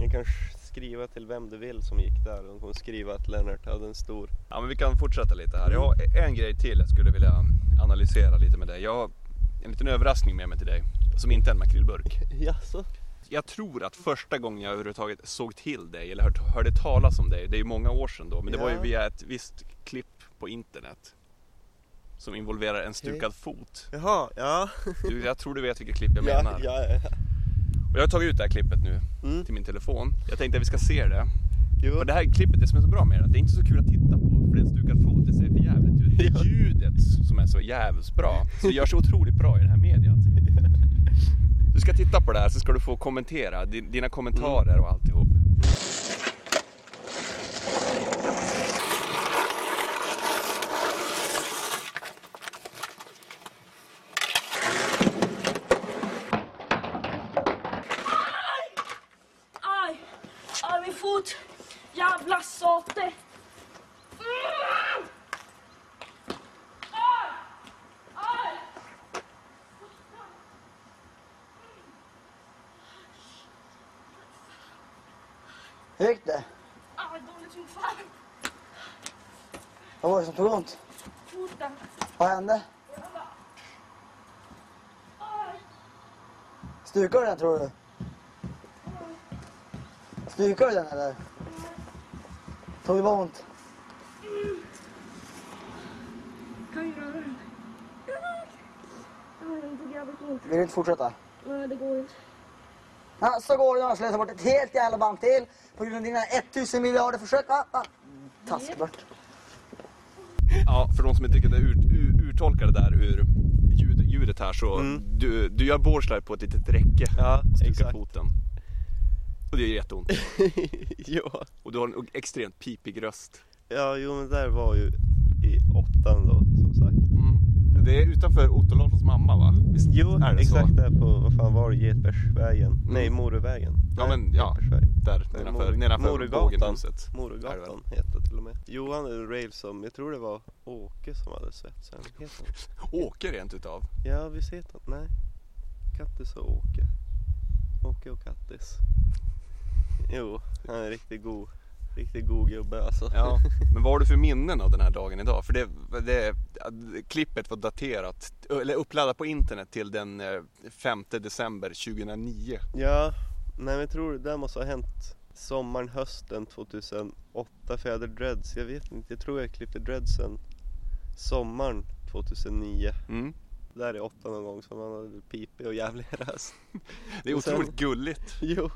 Speaker 4: jag kan skriva till vem du vill som gick där. De kommer skriva att Lennart hade en stor...
Speaker 2: Ja, men vi kan fortsätta lite här. Jag har
Speaker 4: Mm.
Speaker 2: en grej till jag skulle vilja analysera lite med dig. Jag har en liten överraskning med mig till dig, som inte är en makrillburk.
Speaker 4: Jaså?
Speaker 2: jag tror att första gången jag överhuvudtaget såg till dig eller hört, hörde talas om dig, det är ju många år sedan då, men det var ju
Speaker 7: Ja.
Speaker 2: via ett visst klipp på internet. Som involverar en stukad fot.
Speaker 7: Jaha, ja.
Speaker 2: Du, jag tror du vet vilket klipp jag
Speaker 7: Ja,
Speaker 2: menar.
Speaker 7: ja, ja.
Speaker 2: Och jag har tagit ut det här klippet nu
Speaker 7: Mm.
Speaker 2: till min telefon. Jag tänkte att vi ska se det.
Speaker 7: Jo.
Speaker 2: Och det här klippet, det som är så bra med det, det är inte så kul att titta på för det är en stukad fot, det ser för jävligt ut. Det är ljudet som är så jävligt bra. Så det gör sig otroligt bra i det här mediet. Du ska titta på det här så ska du få kommentera, din- dina kommentarer
Speaker 7: Mm.
Speaker 2: och alltihop.
Speaker 8: Aj! Aj, min fot! Jävla sate! Mm! Aj! Aj!
Speaker 9: Hur gick det?
Speaker 8: Aj, dåligt som fan!
Speaker 9: Vad var det som tog ont?
Speaker 8: Foten!
Speaker 9: Vad hände?
Speaker 8: Aj!
Speaker 9: Stukade du den tror du? Stukade du den eller? Tog det bara ont?
Speaker 8: Kan ju röra den. Aj, den tog jävligt ont.
Speaker 9: Vill du inte fortsätta?
Speaker 8: Nej, det går inte.
Speaker 9: Ja, så går det när man slösar bort ett helt jävla band till på grund av dina 1000 miljarder försök. Ah, ah. Taskbart.
Speaker 2: Ja, för de som inte riktigt ur, ur, urtolkar det där ur ljud, ljudet här så du, du gör borslaj på ett litet räcke
Speaker 4: Mm. Ja,
Speaker 2: och stukar
Speaker 4: exakt.
Speaker 2: foten. Och det gör jätteont.
Speaker 4: ja.
Speaker 2: Och du har en extremt pipig röst.
Speaker 4: ja, jo men där var ju i åttan då som sagt. Mm.
Speaker 2: Det är utanför Otto Larssons mamma va? Visst
Speaker 4: Jo,
Speaker 2: är det
Speaker 4: exakt
Speaker 2: så? Mm.
Speaker 4: där på, vad fan var det, Getbergsvägen? Nej, Moruvägen.
Speaker 2: Ja,
Speaker 4: Nej,
Speaker 2: men, ja.
Speaker 4: Getbergsvägen.
Speaker 2: Där
Speaker 4: Nej,
Speaker 2: nedanför,
Speaker 4: Mor-
Speaker 2: nedanför
Speaker 4: Morugatan.
Speaker 2: bågenhuset. Är det väl?
Speaker 4: Morugatan hette det till och med. Johan är en rail som, jag tror det var Åke som hade svetsaren. Heter han?
Speaker 2: Åker rent utav.
Speaker 4: Ja, vi ser han. Nej. Kattis och Åke. Åke och Kattis. Jo, han är en riktigt god, riktigt god gubbe alltså.
Speaker 2: Ja. Men vad har du för minnen av den här dagen idag? För det, det, klippet var daterat, eller uppladdat på internet till den eh, 5 december 2009.
Speaker 4: Ja, nej men jag tror det där måste ha hänt sommaren, hösten 2008 för jag hade dreads. Jag vet inte, jag tror jag klippte dreadsen sommaren 2009.
Speaker 2: Mm.
Speaker 4: Där i åtta någon gång som han hade pipig och jävlig röst.
Speaker 2: Det är
Speaker 4: Och sen-
Speaker 2: otroligt gulligt.
Speaker 4: Jo,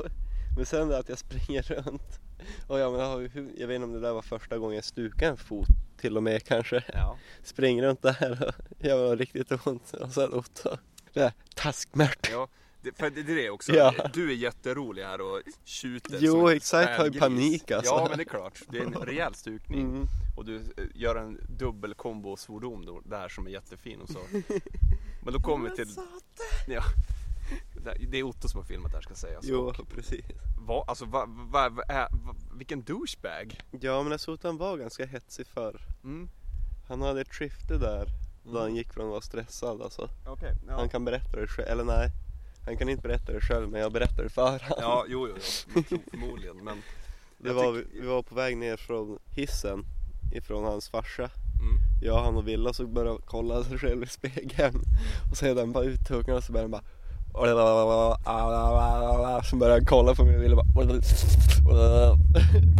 Speaker 4: men sen det att jag springer runt. Och ja, men jag, har ju hu- jag vet inte om det där var första gången jag stukade en fot till och med kanske.
Speaker 2: Ja.
Speaker 4: Springer runt där och jag var riktigt ont. Och sen Otto, det där taskmört.
Speaker 2: Ja, det, för det, det är det också.
Speaker 4: Ja.
Speaker 2: Du är jätterolig här och tjuter
Speaker 4: Jo,
Speaker 2: som ett
Speaker 4: exakt, har ju
Speaker 2: spädgris.
Speaker 4: panik, alltså.
Speaker 2: Ja, men det är klart. Det är en rejäl stukning.
Speaker 4: Mm.
Speaker 2: Och du eh, gör en dubbel kombosvordom då, där som är jättefin och så. Men då kommer vi till... Ja. Det- Det är Otto som har filmat det här ska sägas.
Speaker 4: Jo,
Speaker 2: Och
Speaker 4: precis.
Speaker 2: Vad, alltså va, va, va, är- va, vilken douchebag!
Speaker 4: Ja, men jag såg att han var ganska hetsig förr.
Speaker 2: Mm.
Speaker 4: Han hade ett skifte där, då han gick från att vara stressad alltså.
Speaker 2: Okej.
Speaker 4: Han kan berätta det själv, eller nej. Han kan inte berätta det själv, men jag berättar det för honom.
Speaker 2: Ja, jo, jo, jo. Men tro- förmodligen. Men
Speaker 4: Det
Speaker 2: Jag
Speaker 4: var,
Speaker 2: tycker-
Speaker 4: vi, vi var på väg ner från hissen ifrån hans farsa.
Speaker 2: Mm.
Speaker 4: Jag, han och Villa så började kolla sig själv i spegeln. Och sedan bara ut tungan och så började han bara så började han kolla på mig och Villa bara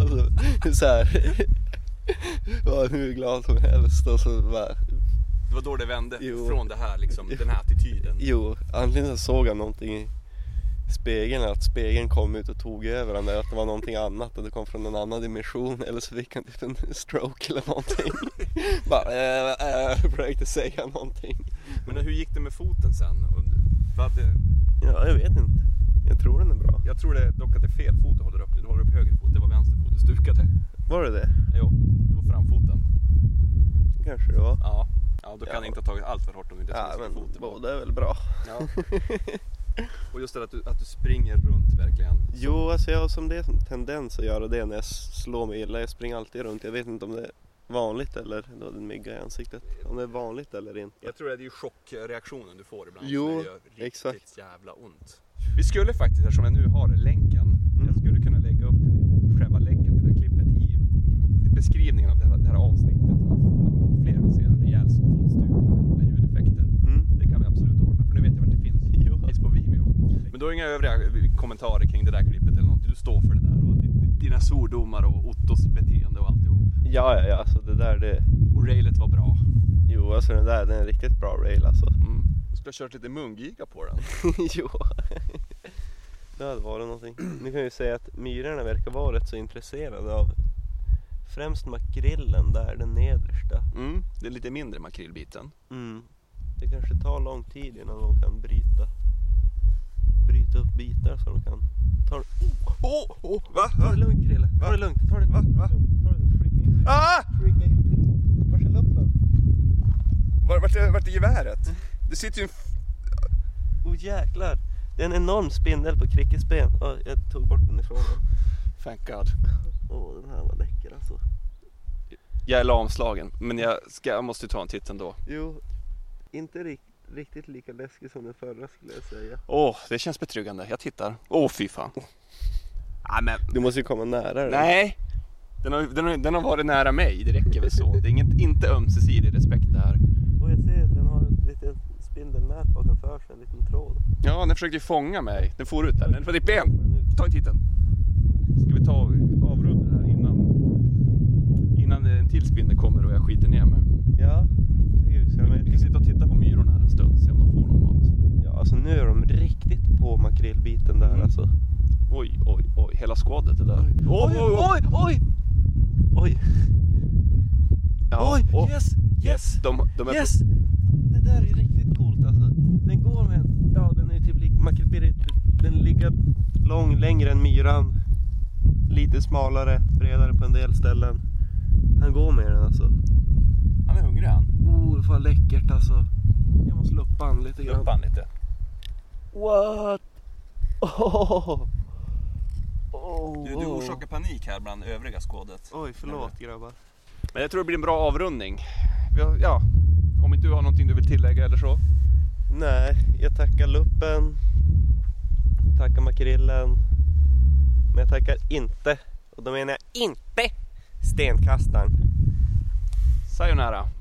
Speaker 4: alltså, så här. Jag var hur glad som helst och så bara
Speaker 2: det var då det vände
Speaker 4: Jo.
Speaker 2: från det här, liksom, den här attityden.
Speaker 4: Jo, antingen så såg han någonting i spegeln, att spegeln kom ut och tog över honom, eller att det var någonting annat, att det kom från en annan dimension, eller så fick han typ en stroke eller någonting. Bara äh, äh, försökte säga någonting.
Speaker 2: Men hur gick det med foten sen? Och vad- det-
Speaker 4: Ja, jag vet inte. Jag tror den är bra.
Speaker 2: Jag tror det, dock att det är fel fot du håller upp. Du håller upp höger fot, det var vänster fot du stukade.
Speaker 4: Var det det?
Speaker 2: Jo, det var framfoten.
Speaker 4: Kanske det var.
Speaker 2: Ja, ja då kan
Speaker 4: Ja.
Speaker 2: det inte ha tagit allt för hårt om du inte
Speaker 4: Ja,
Speaker 2: skulle sticka
Speaker 4: men
Speaker 2: foten.
Speaker 4: båda är väl bra.
Speaker 2: Ja. Och just det att du, att du springer runt verkligen.
Speaker 4: Jo, alltså jag har som det en tendens att göra det när jag slår mig illa. Jag springer alltid runt. Jag vet inte om det är vanligt eller, då hade en mygga i ansiktet, om det är vanligt eller inte.
Speaker 2: Jag tror det är ju chockreaktionen du får ibland.
Speaker 4: Jo,
Speaker 2: när det gör riktigt
Speaker 4: exakt.
Speaker 2: jävla ont. Vi skulle faktiskt, eftersom jag nu har länken,
Speaker 4: Mm.
Speaker 2: jag skulle kunna lägga upp själva länken till det här klippet i, i beskrivningen av det här, det här avsnittet. Om om fler vill se en rejäl fotstukning med roliga ljudeffekter.
Speaker 4: Mm.
Speaker 2: Det kan vi absolut ordna, för nu vet jag vart det finns.
Speaker 4: Jo.
Speaker 2: Det finns på Vimeo. Men då är inga övriga eh, kommentarer kring det där klippet eller någonting. Du står för det där och di- dina svordomar och Ottos beteende och alltihop.
Speaker 4: Ja, ja, ja, alltså det där det...
Speaker 2: Och railet var bra.
Speaker 4: Jo, alltså den där den är en riktigt bra rail alltså.
Speaker 2: Mm. Du skulle ha kört lite mungiga på den.
Speaker 4: jo. det hade varit någonting. Nu kan jag ju säga att myrorna verkar vara rätt så intresserade av främst makrillen där, den nedersta.
Speaker 2: Mm. Det är lite mindre makrillbiten.
Speaker 4: Mm. Det kanske tar lång tid innan de kan bryta, bryta upp bitar så de kan ta
Speaker 2: Åh, oh, oh, va?
Speaker 4: Ta det lugnt Krille, ta det lugnt. Ta det lugnt.
Speaker 2: Va? Va?
Speaker 4: Ta det lugnt. Freaka inte ut.
Speaker 2: Ah!
Speaker 4: Freaka inte ut. Vart är luppen?
Speaker 2: Vart, vart, är, vart är geväret? Det sitter ju en... f-
Speaker 4: Oh jäklar. Det är en enorm spindel på Krickes ben. Ja, jag tog bort den ifrån honom.
Speaker 2: Thank God.
Speaker 4: Åh, den här var läcker alltså.
Speaker 2: Jag är lamslagen, men jag, ska, jag måste ta en titt ändå.
Speaker 4: Jo, inte rikt- riktigt lika läskig som den förra skulle jag säga.
Speaker 2: Åh, det känns betryggande. Jag tittar. Åh, fy fan. Nej, Ah, men
Speaker 4: Du måste ju komma nära den.
Speaker 2: Nej! Den har, den, har, den har varit nära mig, det räcker väl så. Det är inget, inte ömsesidig respekt det här.
Speaker 4: Och jag ser, den har ett litet spindelnät bakom för sig, en liten tråd.
Speaker 2: Ja, den försökte ju fånga mig. Den for ut där. Den var ditt ben! Ta en titten. Ska vi ta och avrunda det här innan, innan en till spindel kommer och jag skiter ner mig.
Speaker 4: Ja, det är ju så.
Speaker 2: Vi kan sitta och titta på myrorna här en stund, se om de får någon mat.
Speaker 4: Ja, alltså nu är de riktigt på makrillbiten där
Speaker 2: Mm.
Speaker 4: alltså.
Speaker 2: Oj, oj, oj, hela skådet är där. Oj,
Speaker 4: oj, oj! Oj,
Speaker 2: Ja,
Speaker 4: oj,
Speaker 2: åh.
Speaker 4: yes, yes!
Speaker 2: De, de är
Speaker 4: Yes! Det där är riktigt coolt alltså. Den går med en... Ja, den är typ lik... Makrillberit. Den ligger lång, längre än myran. Lite smalare, bredare på en del ställen. Han går med den alltså.
Speaker 2: Han är hungrig han.
Speaker 4: Oh, vad läckert alltså. Jag måste luppa han lite grann.
Speaker 2: Luppa han lite.
Speaker 4: What? Oh. Oh.
Speaker 2: Du, du orsakar panik här bland övriga skådet.
Speaker 4: Oj, förlåt grabbar.
Speaker 2: Men jag tror det blir en bra avrundning. Vi har- Ja, om inte du har någonting du vill tillägga eller så.
Speaker 4: Nej, jag tackar luppen. Tackar makrillen. Men jag tackar inte, och då menar jag inte, stenkastaren.
Speaker 2: Sayonara.